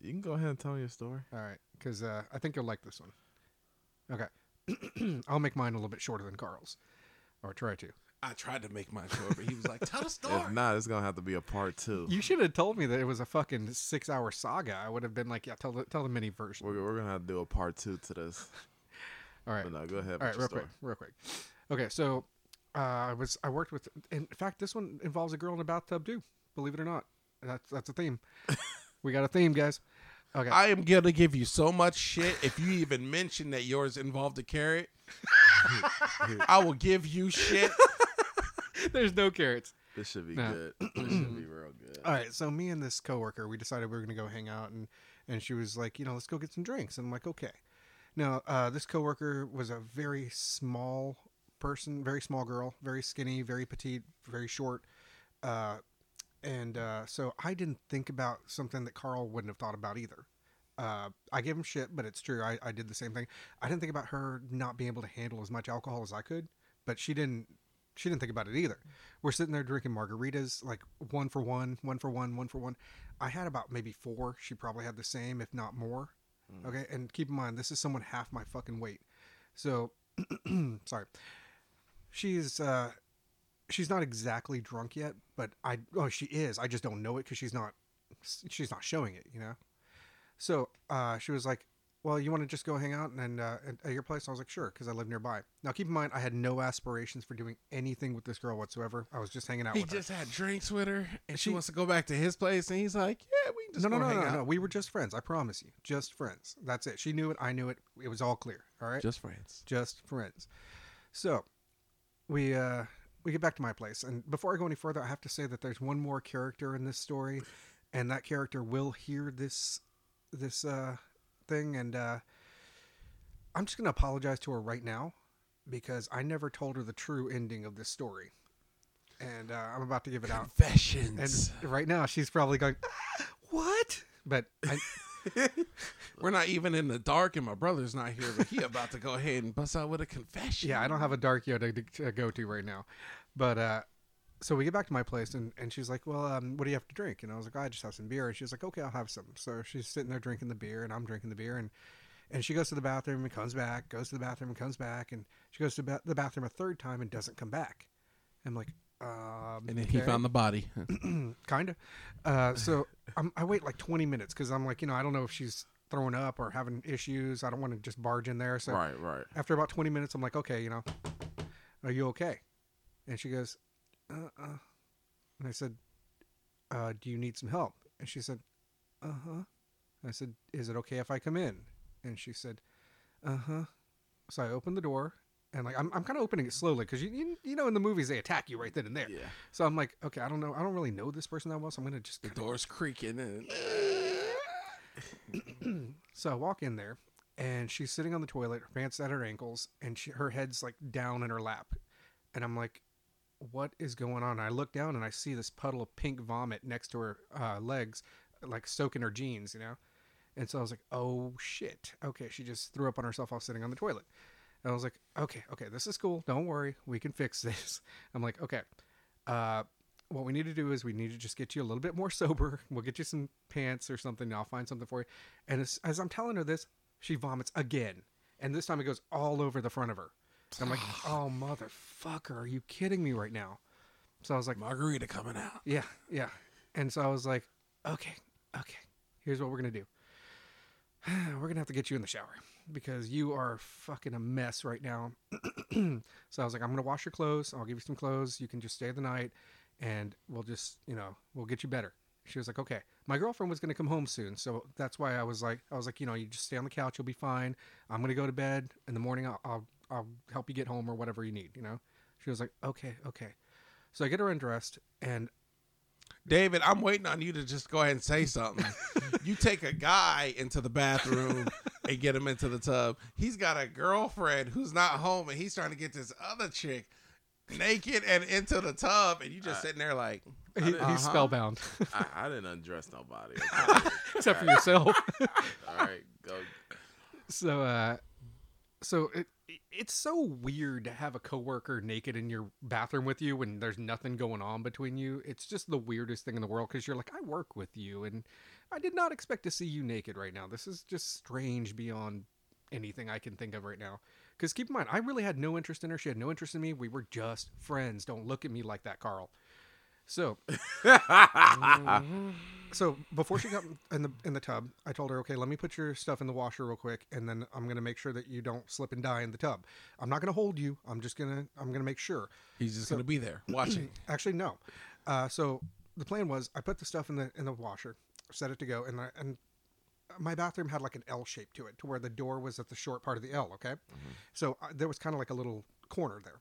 Speaker 2: You can go ahead and tell your story.
Speaker 1: All right, because uh, I think you'll like this one. Okay, I'll make mine a little bit shorter than Carl's, or try to.
Speaker 3: I tried to make mine short, but he was like, "Tell the story."
Speaker 2: If not, it's gonna have to be a part two.
Speaker 1: You should have told me that it was a fucking six-hour saga. I would have been like, yeah, tell the tell the mini version.
Speaker 2: We're, we're gonna have to do a part two to this.
Speaker 1: All right,
Speaker 2: But no, go ahead.
Speaker 1: all
Speaker 2: with
Speaker 1: right,
Speaker 2: your
Speaker 1: real
Speaker 2: story.
Speaker 1: quick, real quick. Okay, so uh, I was I worked with. In fact, this one involves a girl in a bathtub too. Believe it or not, that's that's a theme. we got a theme, guys. Okay,
Speaker 3: I am gonna give you so much shit if you even mention that yours involved a carrot. I will give you shit.
Speaker 1: there's no carrots.
Speaker 2: This should be
Speaker 1: No.
Speaker 2: good. This should be real good.
Speaker 1: All right, so me and this coworker, we decided we were gonna go hang out, and and she was like, you know, let's go get some drinks, and I'm like, okay. Now, uh, this coworker was a very small person, very small girl, very skinny, very petite, very short, uh, and uh, so I didn't think about something that Carl wouldn't have thought about either. Uh, I gave him shit, but it's true. I, I did the same thing. I didn't think about her not being able to handle as much alcohol as I could, but she didn't. She didn't think about it either we're sitting there drinking margaritas, like one for one, one for one, one for one. I had about maybe four. She probably had the same, if not more.
Speaker 2: Mm.
Speaker 1: Okay. And keep in mind, this is someone half my fucking weight. So, sorry. She's, uh, she's not exactly drunk yet, but I, oh, she is. I just don't know it because she's not, she's not showing it, you know? So, uh, she was like, well, you want to just go hang out and uh, at- at your place? I was like, sure, because I live nearby. Now, keep in mind, I had no aspirations for doing anything with this girl whatsoever. I was just hanging out
Speaker 3: He
Speaker 1: with
Speaker 3: just had drinks with her, and she,
Speaker 1: She-
Speaker 3: wants to go back to his place, and he's like, "Yeah, we can
Speaker 1: her.
Speaker 3: just
Speaker 1: No, no,
Speaker 3: go
Speaker 1: no,
Speaker 3: hang
Speaker 1: no,
Speaker 3: out.
Speaker 1: no. We were just friends. I promise you, just friends. That's it. She knew it. I knew it. It was all clear. All right.
Speaker 3: just friends."
Speaker 1: just friends. So we uh, we get back to my place, and before I go any further, I have to say that there's one more character in this story, and that character will hear this this uh, thing, and uh, I'm just gonna apologize to her right now because I never told her the true ending of this story, and uh, I'm about to give it out. And
Speaker 3: Confessions.
Speaker 1: right now, she's probably going, "Ah, "What?" But I,
Speaker 3: We're not even in the dark, and my brother's not here, but he about to go ahead and bust out with a confession.
Speaker 1: Yeah, I don't have a dark Yoda to, to go to right now, but uh, so we get back to my place and, and she's like, well, um, what do you have to drink? And I was like, I just have some beer. And she's like, okay, I'll have some. So she's sitting there drinking the beer and I'm drinking the beer and and she goes to the bathroom and comes back, goes to the bathroom and comes back, and she goes to ba- the bathroom a third time and doesn't come back. I'm like, Um,
Speaker 3: And then he found the body.
Speaker 1: kind of. Hmm, Uh, so I'm, I wait like 20 minutes because I'm like, you know, I don't know if she's throwing up or having issues. I don't want to just barge in there. So
Speaker 2: Right, right.
Speaker 1: after about 20 minutes, I'm like, okay, you know, are you okay? And she goes, uh, uh. And I said, uh, do you need some help? And she said, uh huh. I said, is it okay if I come in? And she said, uh huh. So I opened the door and like, I'm, I'm kind of opening it slowly because you, you, you know, in the movies, they attack you right then and there.
Speaker 2: Yeah.
Speaker 1: So I'm like, okay, I don't know. I don't really know this person that well. So I'm going to just
Speaker 3: The door's creaking. And
Speaker 1: So I walk in there, and she's sitting on the toilet, her pants at her ankles, and she, her head's like down in her lap. And I'm like, what is going on? I look down and I see this puddle of pink vomit next to her uh, legs, like soaking her jeans, you know? And so I was like, oh shit. Okay, she just threw up on herself while sitting on the toilet. And I was like, okay, okay, this is cool. Don't worry. We can fix this. I'm like, okay. Uh, what we need to do is we need to just get you a little bit more sober. We'll get you some pants or something. And I'll find something for you. And as, as I'm telling her this, she vomits again. And this time it goes all over the front of her. And I'm like, oh, motherfucker, are you kidding me right now? So I was like,
Speaker 3: margarita coming out.
Speaker 1: yeah, yeah. And so I was like, okay, okay, here's what we're going to do. we're going to have to get you in the shower because you are fucking a mess right now. so I was like, I'm going to wash your clothes. I'll give you some clothes. You can just stay the night and we'll just, you know, we'll get you better. She was like, okay. My girlfriend was going to come home soon. So that's why I was like, I was like, you know, you just stay on the couch. You'll be fine. I'm going to go to bed. In the morning, I'll, I'll, I'll help you get home or whatever you need, you know? She was like, okay, okay. So I get her undressed and
Speaker 3: David, I'm waiting on you to just go ahead and say something. you take a guy into the bathroom and get him into the tub. He's got a girlfriend who's not home and he's trying to get this other chick naked and into the tub and you just sitting there like
Speaker 1: He,
Speaker 3: Uh-huh.
Speaker 1: He's spellbound,
Speaker 2: I, I didn't undress nobody. Okay.
Speaker 1: except for yourself.
Speaker 2: All right, go.
Speaker 1: so, uh, so it, it's so weird to have a coworker naked in your bathroom with you when there's nothing going on between you. It's just the weirdest thing in the world because you're like, I work with you, and I did not expect to see you naked right now. This is just strange beyond anything I can think of right now. Because keep in mind, I really had no interest in her. She had no interest in me. We were just friends. Don't look at me like that, Carl. So Mm, so before she got in the in the tub, I told her, okay, let me put your stuff in the washer real quick, and then I'm gonna make sure that you don't slip and die in the tub. I'm not gonna hold you. I'm just gonna I'm gonna make sure.
Speaker 3: he's just gonna be there watching.
Speaker 1: Actually, no. Uh, so the plan was I put the stuff in the in the washer, set it to go, and I, and my bathroom had like an L shape to it, to where the door was at the short part of the L. Okay, so uh, there was kind of like a little corner there.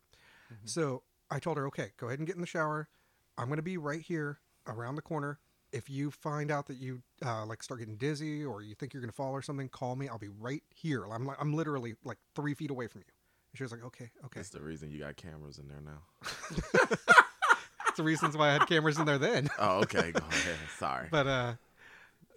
Speaker 1: So I told her, okay, go ahead and get in the shower. I'm gonna be right here around the corner. If you find out that you uh, like start getting dizzy or you think you're gonna fall or something, call me. I'll be right here. I'm like I'm literally like three feet away from you. And she was like, okay, okay.
Speaker 2: That's the reason you got cameras in there now.
Speaker 1: That's the reasons why I had cameras in there then.
Speaker 2: Oh, okay. Go ahead. Sorry.
Speaker 1: but uh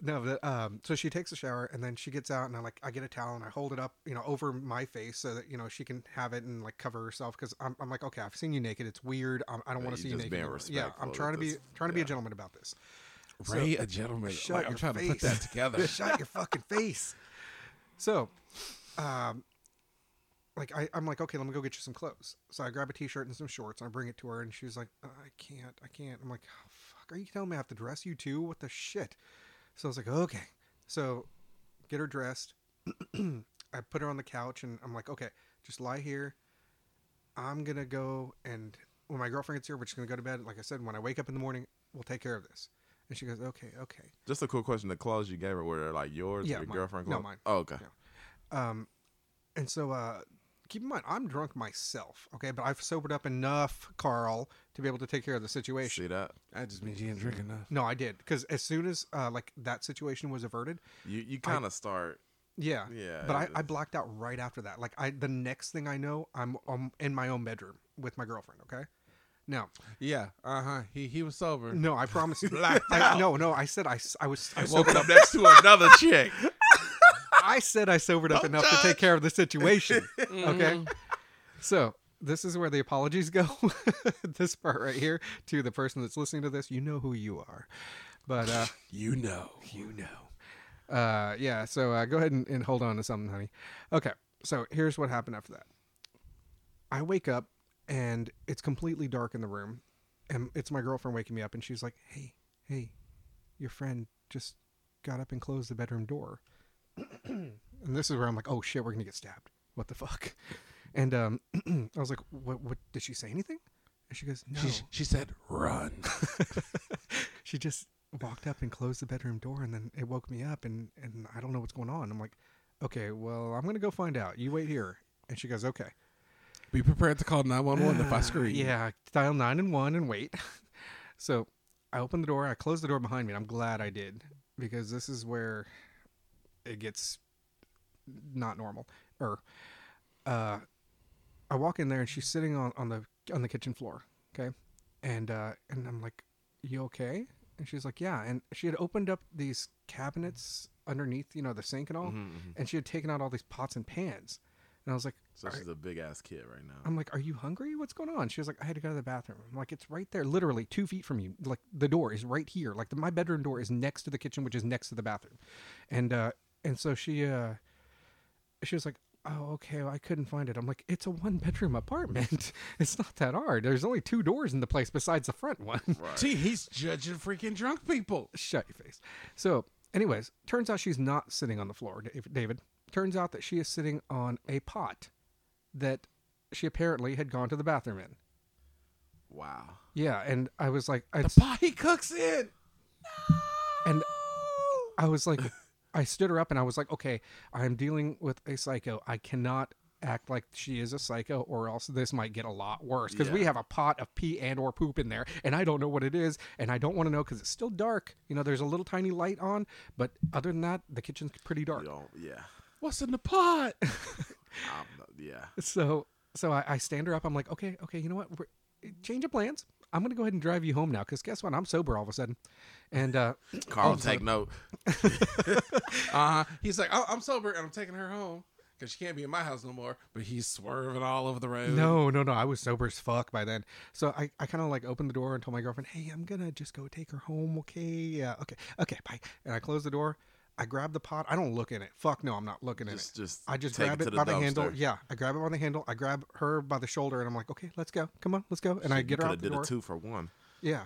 Speaker 1: no the, um so she takes a shower and then she gets out and i like i get a towel and i hold it up you know over my face so that you know she can have it and like cover herself because I'm, I'm like okay i've seen you naked it's weird I'm, i don't
Speaker 2: Yeah,
Speaker 1: want to
Speaker 2: you
Speaker 1: see you
Speaker 2: just
Speaker 1: naked
Speaker 2: being
Speaker 1: anymore." yeah i'm
Speaker 2: respectful
Speaker 1: trying to
Speaker 2: at
Speaker 1: be
Speaker 2: this-
Speaker 1: trying to be a
Speaker 2: yeah.
Speaker 1: gentleman about this
Speaker 3: Ray a gentleman.
Speaker 1: shut
Speaker 3: Like, I'm
Speaker 1: your
Speaker 3: trying to put
Speaker 1: face.
Speaker 3: that together.
Speaker 1: shut your fucking face so um like I, i'm like okay let me go get you some clothes so i grab a t-shirt and some shorts and i bring it to her and she's like "Uh, i can't i can't i'm like oh, fuck are you telling me i have to dress you too what the shit so i was like okay so get her dressed i put her on the couch and i'm like okay just lie here i'm gonna go and when my girlfriend gets here we're just gonna go to bed like i said when i wake up in the morning we'll take care of this and she goes okay okay
Speaker 2: Just a cool question. The clothes you gave her were they like yours
Speaker 1: Yeah,
Speaker 2: or your
Speaker 1: mine.
Speaker 2: girlfriend?
Speaker 1: No,
Speaker 2: clothes?
Speaker 1: mine.
Speaker 2: Oh, okay.
Speaker 1: Yeah. Um, and so uh, keep in mind, I'm drunk myself, okay? But I've sobered up enough, Carl, to be able to take care of the situation.
Speaker 2: See that?
Speaker 3: That just means you didn't drink enough.
Speaker 1: No, I did because as soon as uh, like that situation was averted,
Speaker 2: You you kind of start.
Speaker 1: yeah,
Speaker 2: Yeah,
Speaker 1: But I,
Speaker 2: it
Speaker 1: I
Speaker 2: is.
Speaker 1: blacked out right after that. Like I, the next thing I know, I'm um, in my own bedroom with my girlfriend. Okay, now
Speaker 3: Yeah. Uh huh. He he was sober.
Speaker 1: no, I promise. you.
Speaker 3: Blacked
Speaker 1: I,
Speaker 3: out.
Speaker 1: no, no, I said I, s- I was I,
Speaker 3: Woke
Speaker 1: sobered,
Speaker 3: up next to another chick.
Speaker 1: I said I sobered up enough to take care of the situation. Okay. So this is where the apologies go. this part right here to the person that's listening to this, you know who you are. But uh,
Speaker 3: You know.
Speaker 1: you know. Uh, yeah. So uh, go ahead and, and hold on to something, honey. Okay. So here's what happened after that. I wake up and it's completely dark in the room, and it's my girlfriend waking me up, and she's like, "Hey, hey, your friend just got up and closed the bedroom door." and this is where I'm like, "Oh shit, we're gonna get stabbed! What the fuck?" And um, I was like, "What? What did she say anything?" And she goes, "No."
Speaker 3: She, she said, "Run."
Speaker 1: she just walked up and closed the bedroom door and then it woke me up and and I don't know what's going on. I'm like, okay, well, I'm gonna go find out. You wait here. And she goes, okay.
Speaker 3: Be prepared to call nine one one if I scream.
Speaker 1: Yeah, dial nine and one and wait. so I opened the door. I closed the door behind me. And I'm glad I did because this is where it gets not normal. Or uh, I walk in there and she's sitting on, on the on the kitchen floor. Okay, and uh, and I'm like, "You okay?" And she's like, "Yeah." And she had opened up these cabinets underneath, you know, the sink and all,
Speaker 2: Mm-hmm.
Speaker 1: and she had taken out all these pots and pans. And I was like,
Speaker 2: So she's a big ass kid right now.
Speaker 1: I'm like, "Are you hungry? What's going on?" She was like, "I had to go to the bathroom." I'm like, "It's right there, literally two feet from you. Like the door is right here. Like the, my bedroom door is next to the kitchen, which is next to the bathroom." And uh, and so she uh, she was like, "Oh, okay. Well, I couldn't find it." I'm like, "It's a one bedroom apartment. it's not that hard. There's only two doors in the place besides the front one."
Speaker 3: See, he's judging freaking drunk people.
Speaker 1: Shut your face. So, anyways, turns out she's not sitting on the floor, Dav- David. Turns out that she is sitting on a pot that she apparently had gone to the bathroom in.
Speaker 2: Wow.
Speaker 1: Yeah, and I was like, I,
Speaker 3: Pot he cooks in.
Speaker 1: and I was like, I stood her up and I was like, okay, I'm dealing with a psycho. I cannot act like she is a psycho, or else this might get a lot worse because we
Speaker 2: Yeah.
Speaker 1: have a pot of pee and or poop in there, and I don't know what it is, and I don't want to know because it's still dark. You know, there's a little tiny light on, but other than that, the kitchen's pretty dark.
Speaker 2: You don't, yeah.
Speaker 3: What's in the pot?
Speaker 2: I'm not- yeah.
Speaker 1: so so I, I stand her up. I'm like, okay, okay, you know what? We're, change of plans. I'm gonna go ahead and drive you home now because guess what? I'm sober all of a sudden, and uh,
Speaker 2: Carl, take note.
Speaker 3: Uh huh. He's like, oh, I'm sober and I'm taking her home because she can't be in my house no more. But he's swerving all over the road.
Speaker 1: no, no, no, I was sober as fuck by then. So I, I kind of like opened the door and told my girlfriend, hey, I'm gonna just go take her home, okay? Yeah, okay, okay, bye. And I closed the door. I grabbed the pot. I don't look in it. Fuck no, I'm not looking in it.
Speaker 2: Just, just
Speaker 1: I just
Speaker 2: take
Speaker 1: grab
Speaker 2: it,
Speaker 1: it,
Speaker 2: to the
Speaker 1: by the handle.
Speaker 2: dumpster.
Speaker 1: Yeah, I grab it by the handle. I grab her by the shoulder, and I'm like, "Okay, let's go. Come on, let's go." And I get her
Speaker 2: Could
Speaker 1: out
Speaker 2: have
Speaker 1: the
Speaker 2: did
Speaker 1: door.
Speaker 2: a two for one.
Speaker 1: Yeah.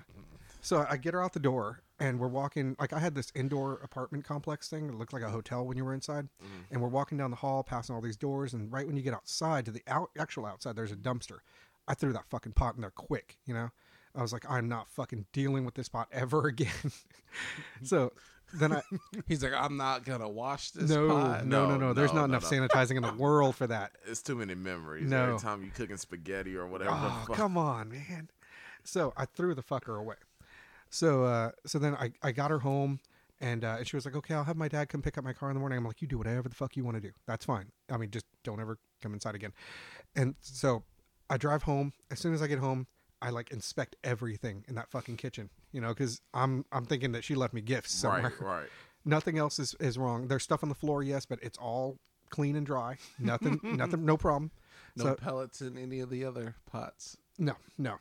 Speaker 1: So I get her out the door and we're walking like I had this indoor apartment complex thing. It looked like a hotel when you were inside. And we're walking down the hall, passing all these doors, and right when you get outside to the out, actual outside, there's a dumpster. I threw that fucking pot in there quick, you know? I was like, I'm not fucking dealing with this pot ever again. so then I
Speaker 3: He's like, I'm not gonna wash this
Speaker 1: no,
Speaker 3: pot.
Speaker 1: no, no,
Speaker 2: No,
Speaker 1: no. There's
Speaker 2: no,
Speaker 1: not
Speaker 2: no,
Speaker 1: enough
Speaker 2: no.
Speaker 1: sanitizing in the world for that.
Speaker 2: It's too many memories.
Speaker 1: No.
Speaker 2: Every time you cooking spaghetti or whatever. the
Speaker 1: Oh,
Speaker 2: fuck-
Speaker 1: come on, man. So I threw the fucker away. So uh, so then I, I got her home and uh, and she was like, okay, I'll have my dad come pick up my car in the morning. I'm like, you do whatever the fuck you want to do. That's fine. I mean, just don't ever come inside again. And so I drive home. As soon as I get home, I like inspect everything in that fucking kitchen, you know, because I'm I'm thinking that she left me gifts somewhere.
Speaker 2: right, right.
Speaker 1: Nothing else is, is wrong. There's stuff on the floor, yes, but it's all clean and dry. Nothing, nothing, no problem.
Speaker 3: No
Speaker 1: So-
Speaker 3: pellets in any of the other pots.
Speaker 1: no, no.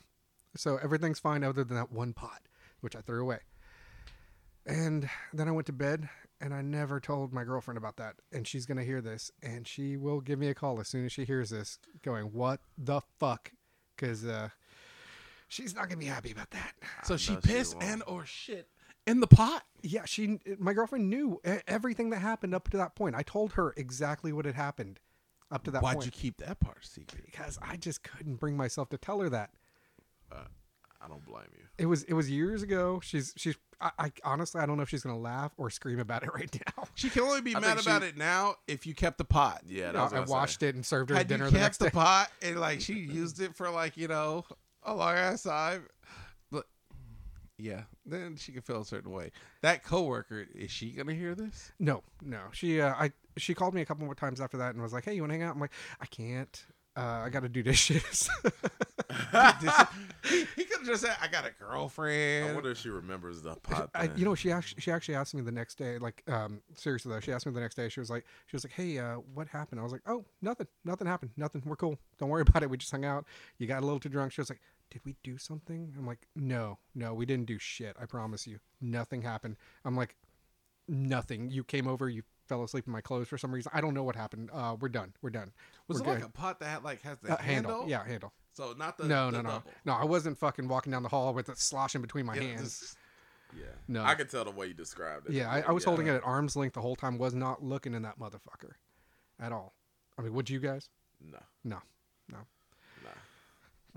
Speaker 1: So everything's fine other than that one pot, which I threw away. And then I went to bed and I never told my girlfriend about that. And she's going to hear this and she will give me a call as soon as she hears this going, What the fuck? Because uh, she's not going to be happy about that.
Speaker 3: So she
Speaker 2: know she
Speaker 3: pissed
Speaker 2: won't.
Speaker 3: and or shit in the pot.
Speaker 1: Yeah, she, my girlfriend knew e- everything that happened up to that point. I told her exactly what had happened up to that
Speaker 3: Why'd
Speaker 1: point.
Speaker 3: you keep that part secret?
Speaker 1: Because I just couldn't bring myself to tell her that.
Speaker 2: I don't blame you.
Speaker 1: It was it was years ago. She's she's I, I honestly I don't know if she's gonna laugh or scream about it right now.
Speaker 3: She can only be
Speaker 2: I
Speaker 3: mad
Speaker 2: think
Speaker 3: about
Speaker 2: she-
Speaker 3: it now if you kept the pot.
Speaker 2: Yeah,
Speaker 1: I,
Speaker 2: that's
Speaker 1: I
Speaker 2: what I
Speaker 1: washed it and served her
Speaker 3: Had you
Speaker 1: dinner
Speaker 3: kept
Speaker 1: the next
Speaker 3: the
Speaker 1: day.
Speaker 3: pot and like she used it for like you know a long ass time, but yeah, then she could feel a certain way. That coworker is she gonna hear this?
Speaker 1: No, no. She uh, I she called me a couple more times after that and was like, "Hey, you want to hang out?" I'm like, "I can't. Uh, I got to do dishes."
Speaker 3: he could have just said, "I got a
Speaker 2: I
Speaker 3: girlfriend."
Speaker 2: wonder if she remembers the pot.
Speaker 1: I,
Speaker 2: thing.
Speaker 1: you know, she actually she actually asked me the next day. Like, um, seriously though, she asked me the next day. She was like, she was like, "Hey, uh, what happened?" I was like, "Oh, nothing. Nothing happened. Nothing. We're cool. Don't worry about it. We just hung out. You got a little too drunk." She was like, "Did we do something?" I'm like, "No, no, we didn't do shit. I promise you, nothing happened." I'm like, "Nothing. You came over. You fell asleep in my clothes for some reason. I don't know what happened. Uh, we're done. We're done.
Speaker 3: Was
Speaker 1: we're
Speaker 3: it like
Speaker 1: good."
Speaker 3: a pot that had, like has the
Speaker 1: Uh, handle? Yeah, handle.
Speaker 3: So not the
Speaker 1: No,
Speaker 3: the
Speaker 1: no, no,
Speaker 3: double.
Speaker 1: no. I wasn't fucking walking down the hall with it sloshing between my
Speaker 3: Yeah,
Speaker 1: hands.
Speaker 3: this-
Speaker 2: Yeah.
Speaker 1: No.
Speaker 2: I could tell the way you described it.
Speaker 1: yeah, I, I was holding it at arm's length the whole time. Was not looking in that motherfucker, at all. I mean, would you guys?
Speaker 2: No.
Speaker 1: No, no.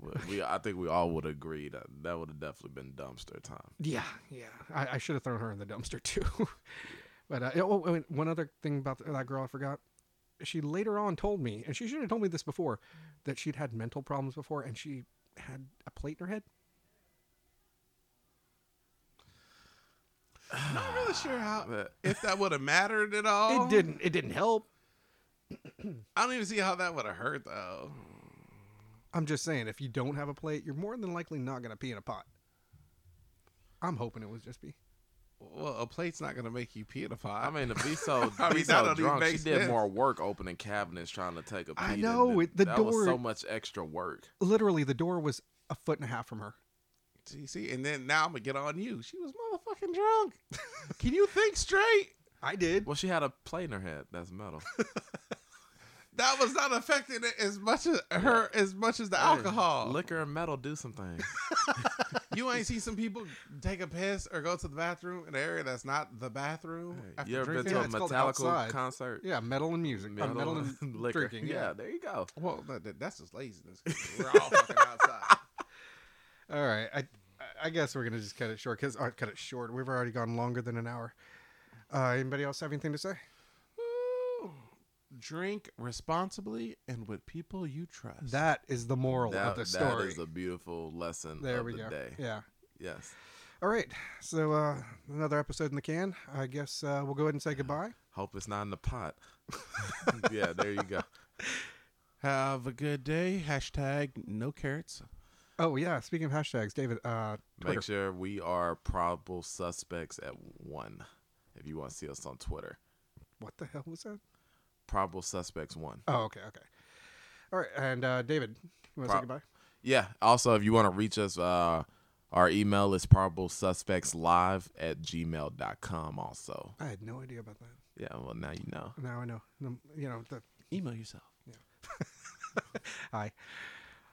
Speaker 2: Well, we, I think we all would agree that that would have definitely been dumpster time.
Speaker 1: Yeah, yeah. I, I should have thrown her in the dumpster too. but uh, oh, oh, and one other thing about that girl I forgot. She later on told me, and she should have told me this before, that she'd had mental problems before, and she had a plate in her head.
Speaker 3: I'm not really sure how
Speaker 2: But
Speaker 3: if that would have mattered at all.
Speaker 1: It didn't. It didn't help.
Speaker 3: I don't even see how that would have hurt though.
Speaker 1: I'm just saying, if you don't have a plate, you're more than likely not gonna pee in a pot. I'm hoping it was just pee.
Speaker 3: Well, a plate's not gonna make you pee in a pot.
Speaker 2: I mean, to be so,
Speaker 3: I
Speaker 2: be
Speaker 3: mean, that don't
Speaker 2: so
Speaker 3: even
Speaker 2: drunk, she
Speaker 3: make
Speaker 2: did
Speaker 3: sense.
Speaker 2: more work opening cabinets trying to take a pee.
Speaker 1: I
Speaker 2: than-
Speaker 1: know, it- the
Speaker 2: that was
Speaker 1: door-
Speaker 2: so much extra work.
Speaker 1: Literally, the door was a foot and a half from her.
Speaker 3: See, see, and then now I'm gonna get on you. She was motherfucking drunk. Can you think straight?
Speaker 1: I did.
Speaker 2: Well, she had a plate in her head. That's metal.
Speaker 3: That was not affecting it as much as her as much as the alcohol.
Speaker 2: liquor, and metal do some things.
Speaker 3: you ain't see some people take a piss or go to the bathroom in an area that's not the bathroom. after
Speaker 2: you ever been
Speaker 3: drinking?
Speaker 2: to a
Speaker 1: Yeah, it's called
Speaker 2: Metallica
Speaker 1: outside.
Speaker 2: concert?
Speaker 1: Yeah, metal and music. Uh, Metal, and
Speaker 2: liquor.
Speaker 1: drinking.
Speaker 2: Yeah.
Speaker 1: Yeah.
Speaker 2: there you go.
Speaker 3: Well, that, that- that's just laziness. We're all fucking outside.
Speaker 1: All right. I I guess we're gonna just cut it short because I cut it short. We've already gone longer than an hour. Uh, anybody else have anything to say?
Speaker 3: Ooh. Drink responsibly and with people you trust.
Speaker 1: That is the moral
Speaker 2: That,
Speaker 1: of the
Speaker 2: that
Speaker 1: story.
Speaker 2: is a beautiful lesson
Speaker 1: there
Speaker 2: of
Speaker 1: we
Speaker 2: the
Speaker 1: go.
Speaker 2: day.
Speaker 1: Yeah.
Speaker 2: Yes.
Speaker 1: All right. So uh, another episode in the can. I guess uh, we'll go ahead and say goodbye.
Speaker 2: Hope it's not in the pot. yeah, there you go.
Speaker 3: Have a good day. Hashtag no carrots.
Speaker 1: Oh yeah. Speaking of hashtags, David. Uh, Twitter.
Speaker 2: Make sure we are probable suspects at one. If you want to see us on Twitter,
Speaker 1: What the hell was that?
Speaker 2: probable suspects one.
Speaker 1: Oh okay okay. All right. And uh, David, you want to
Speaker 2: Pro-
Speaker 1: say goodbye?
Speaker 2: Yeah. Also, if you want to reach us, uh, our email is probable suspects live at gmail.com also.
Speaker 1: I had no idea about that.
Speaker 2: Yeah, well, now you know.
Speaker 1: Now I know. Um, You know the
Speaker 3: Email yourself.
Speaker 1: Hi.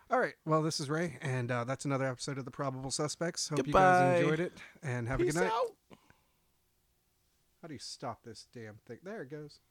Speaker 1: All right. Well, this is Ray, and uh, that's another episode of The Probable Suspects. Hope you guys
Speaker 2: Goodbye.
Speaker 1: enjoyed it, and have a good night. How do you stop this damn thing? There it goes.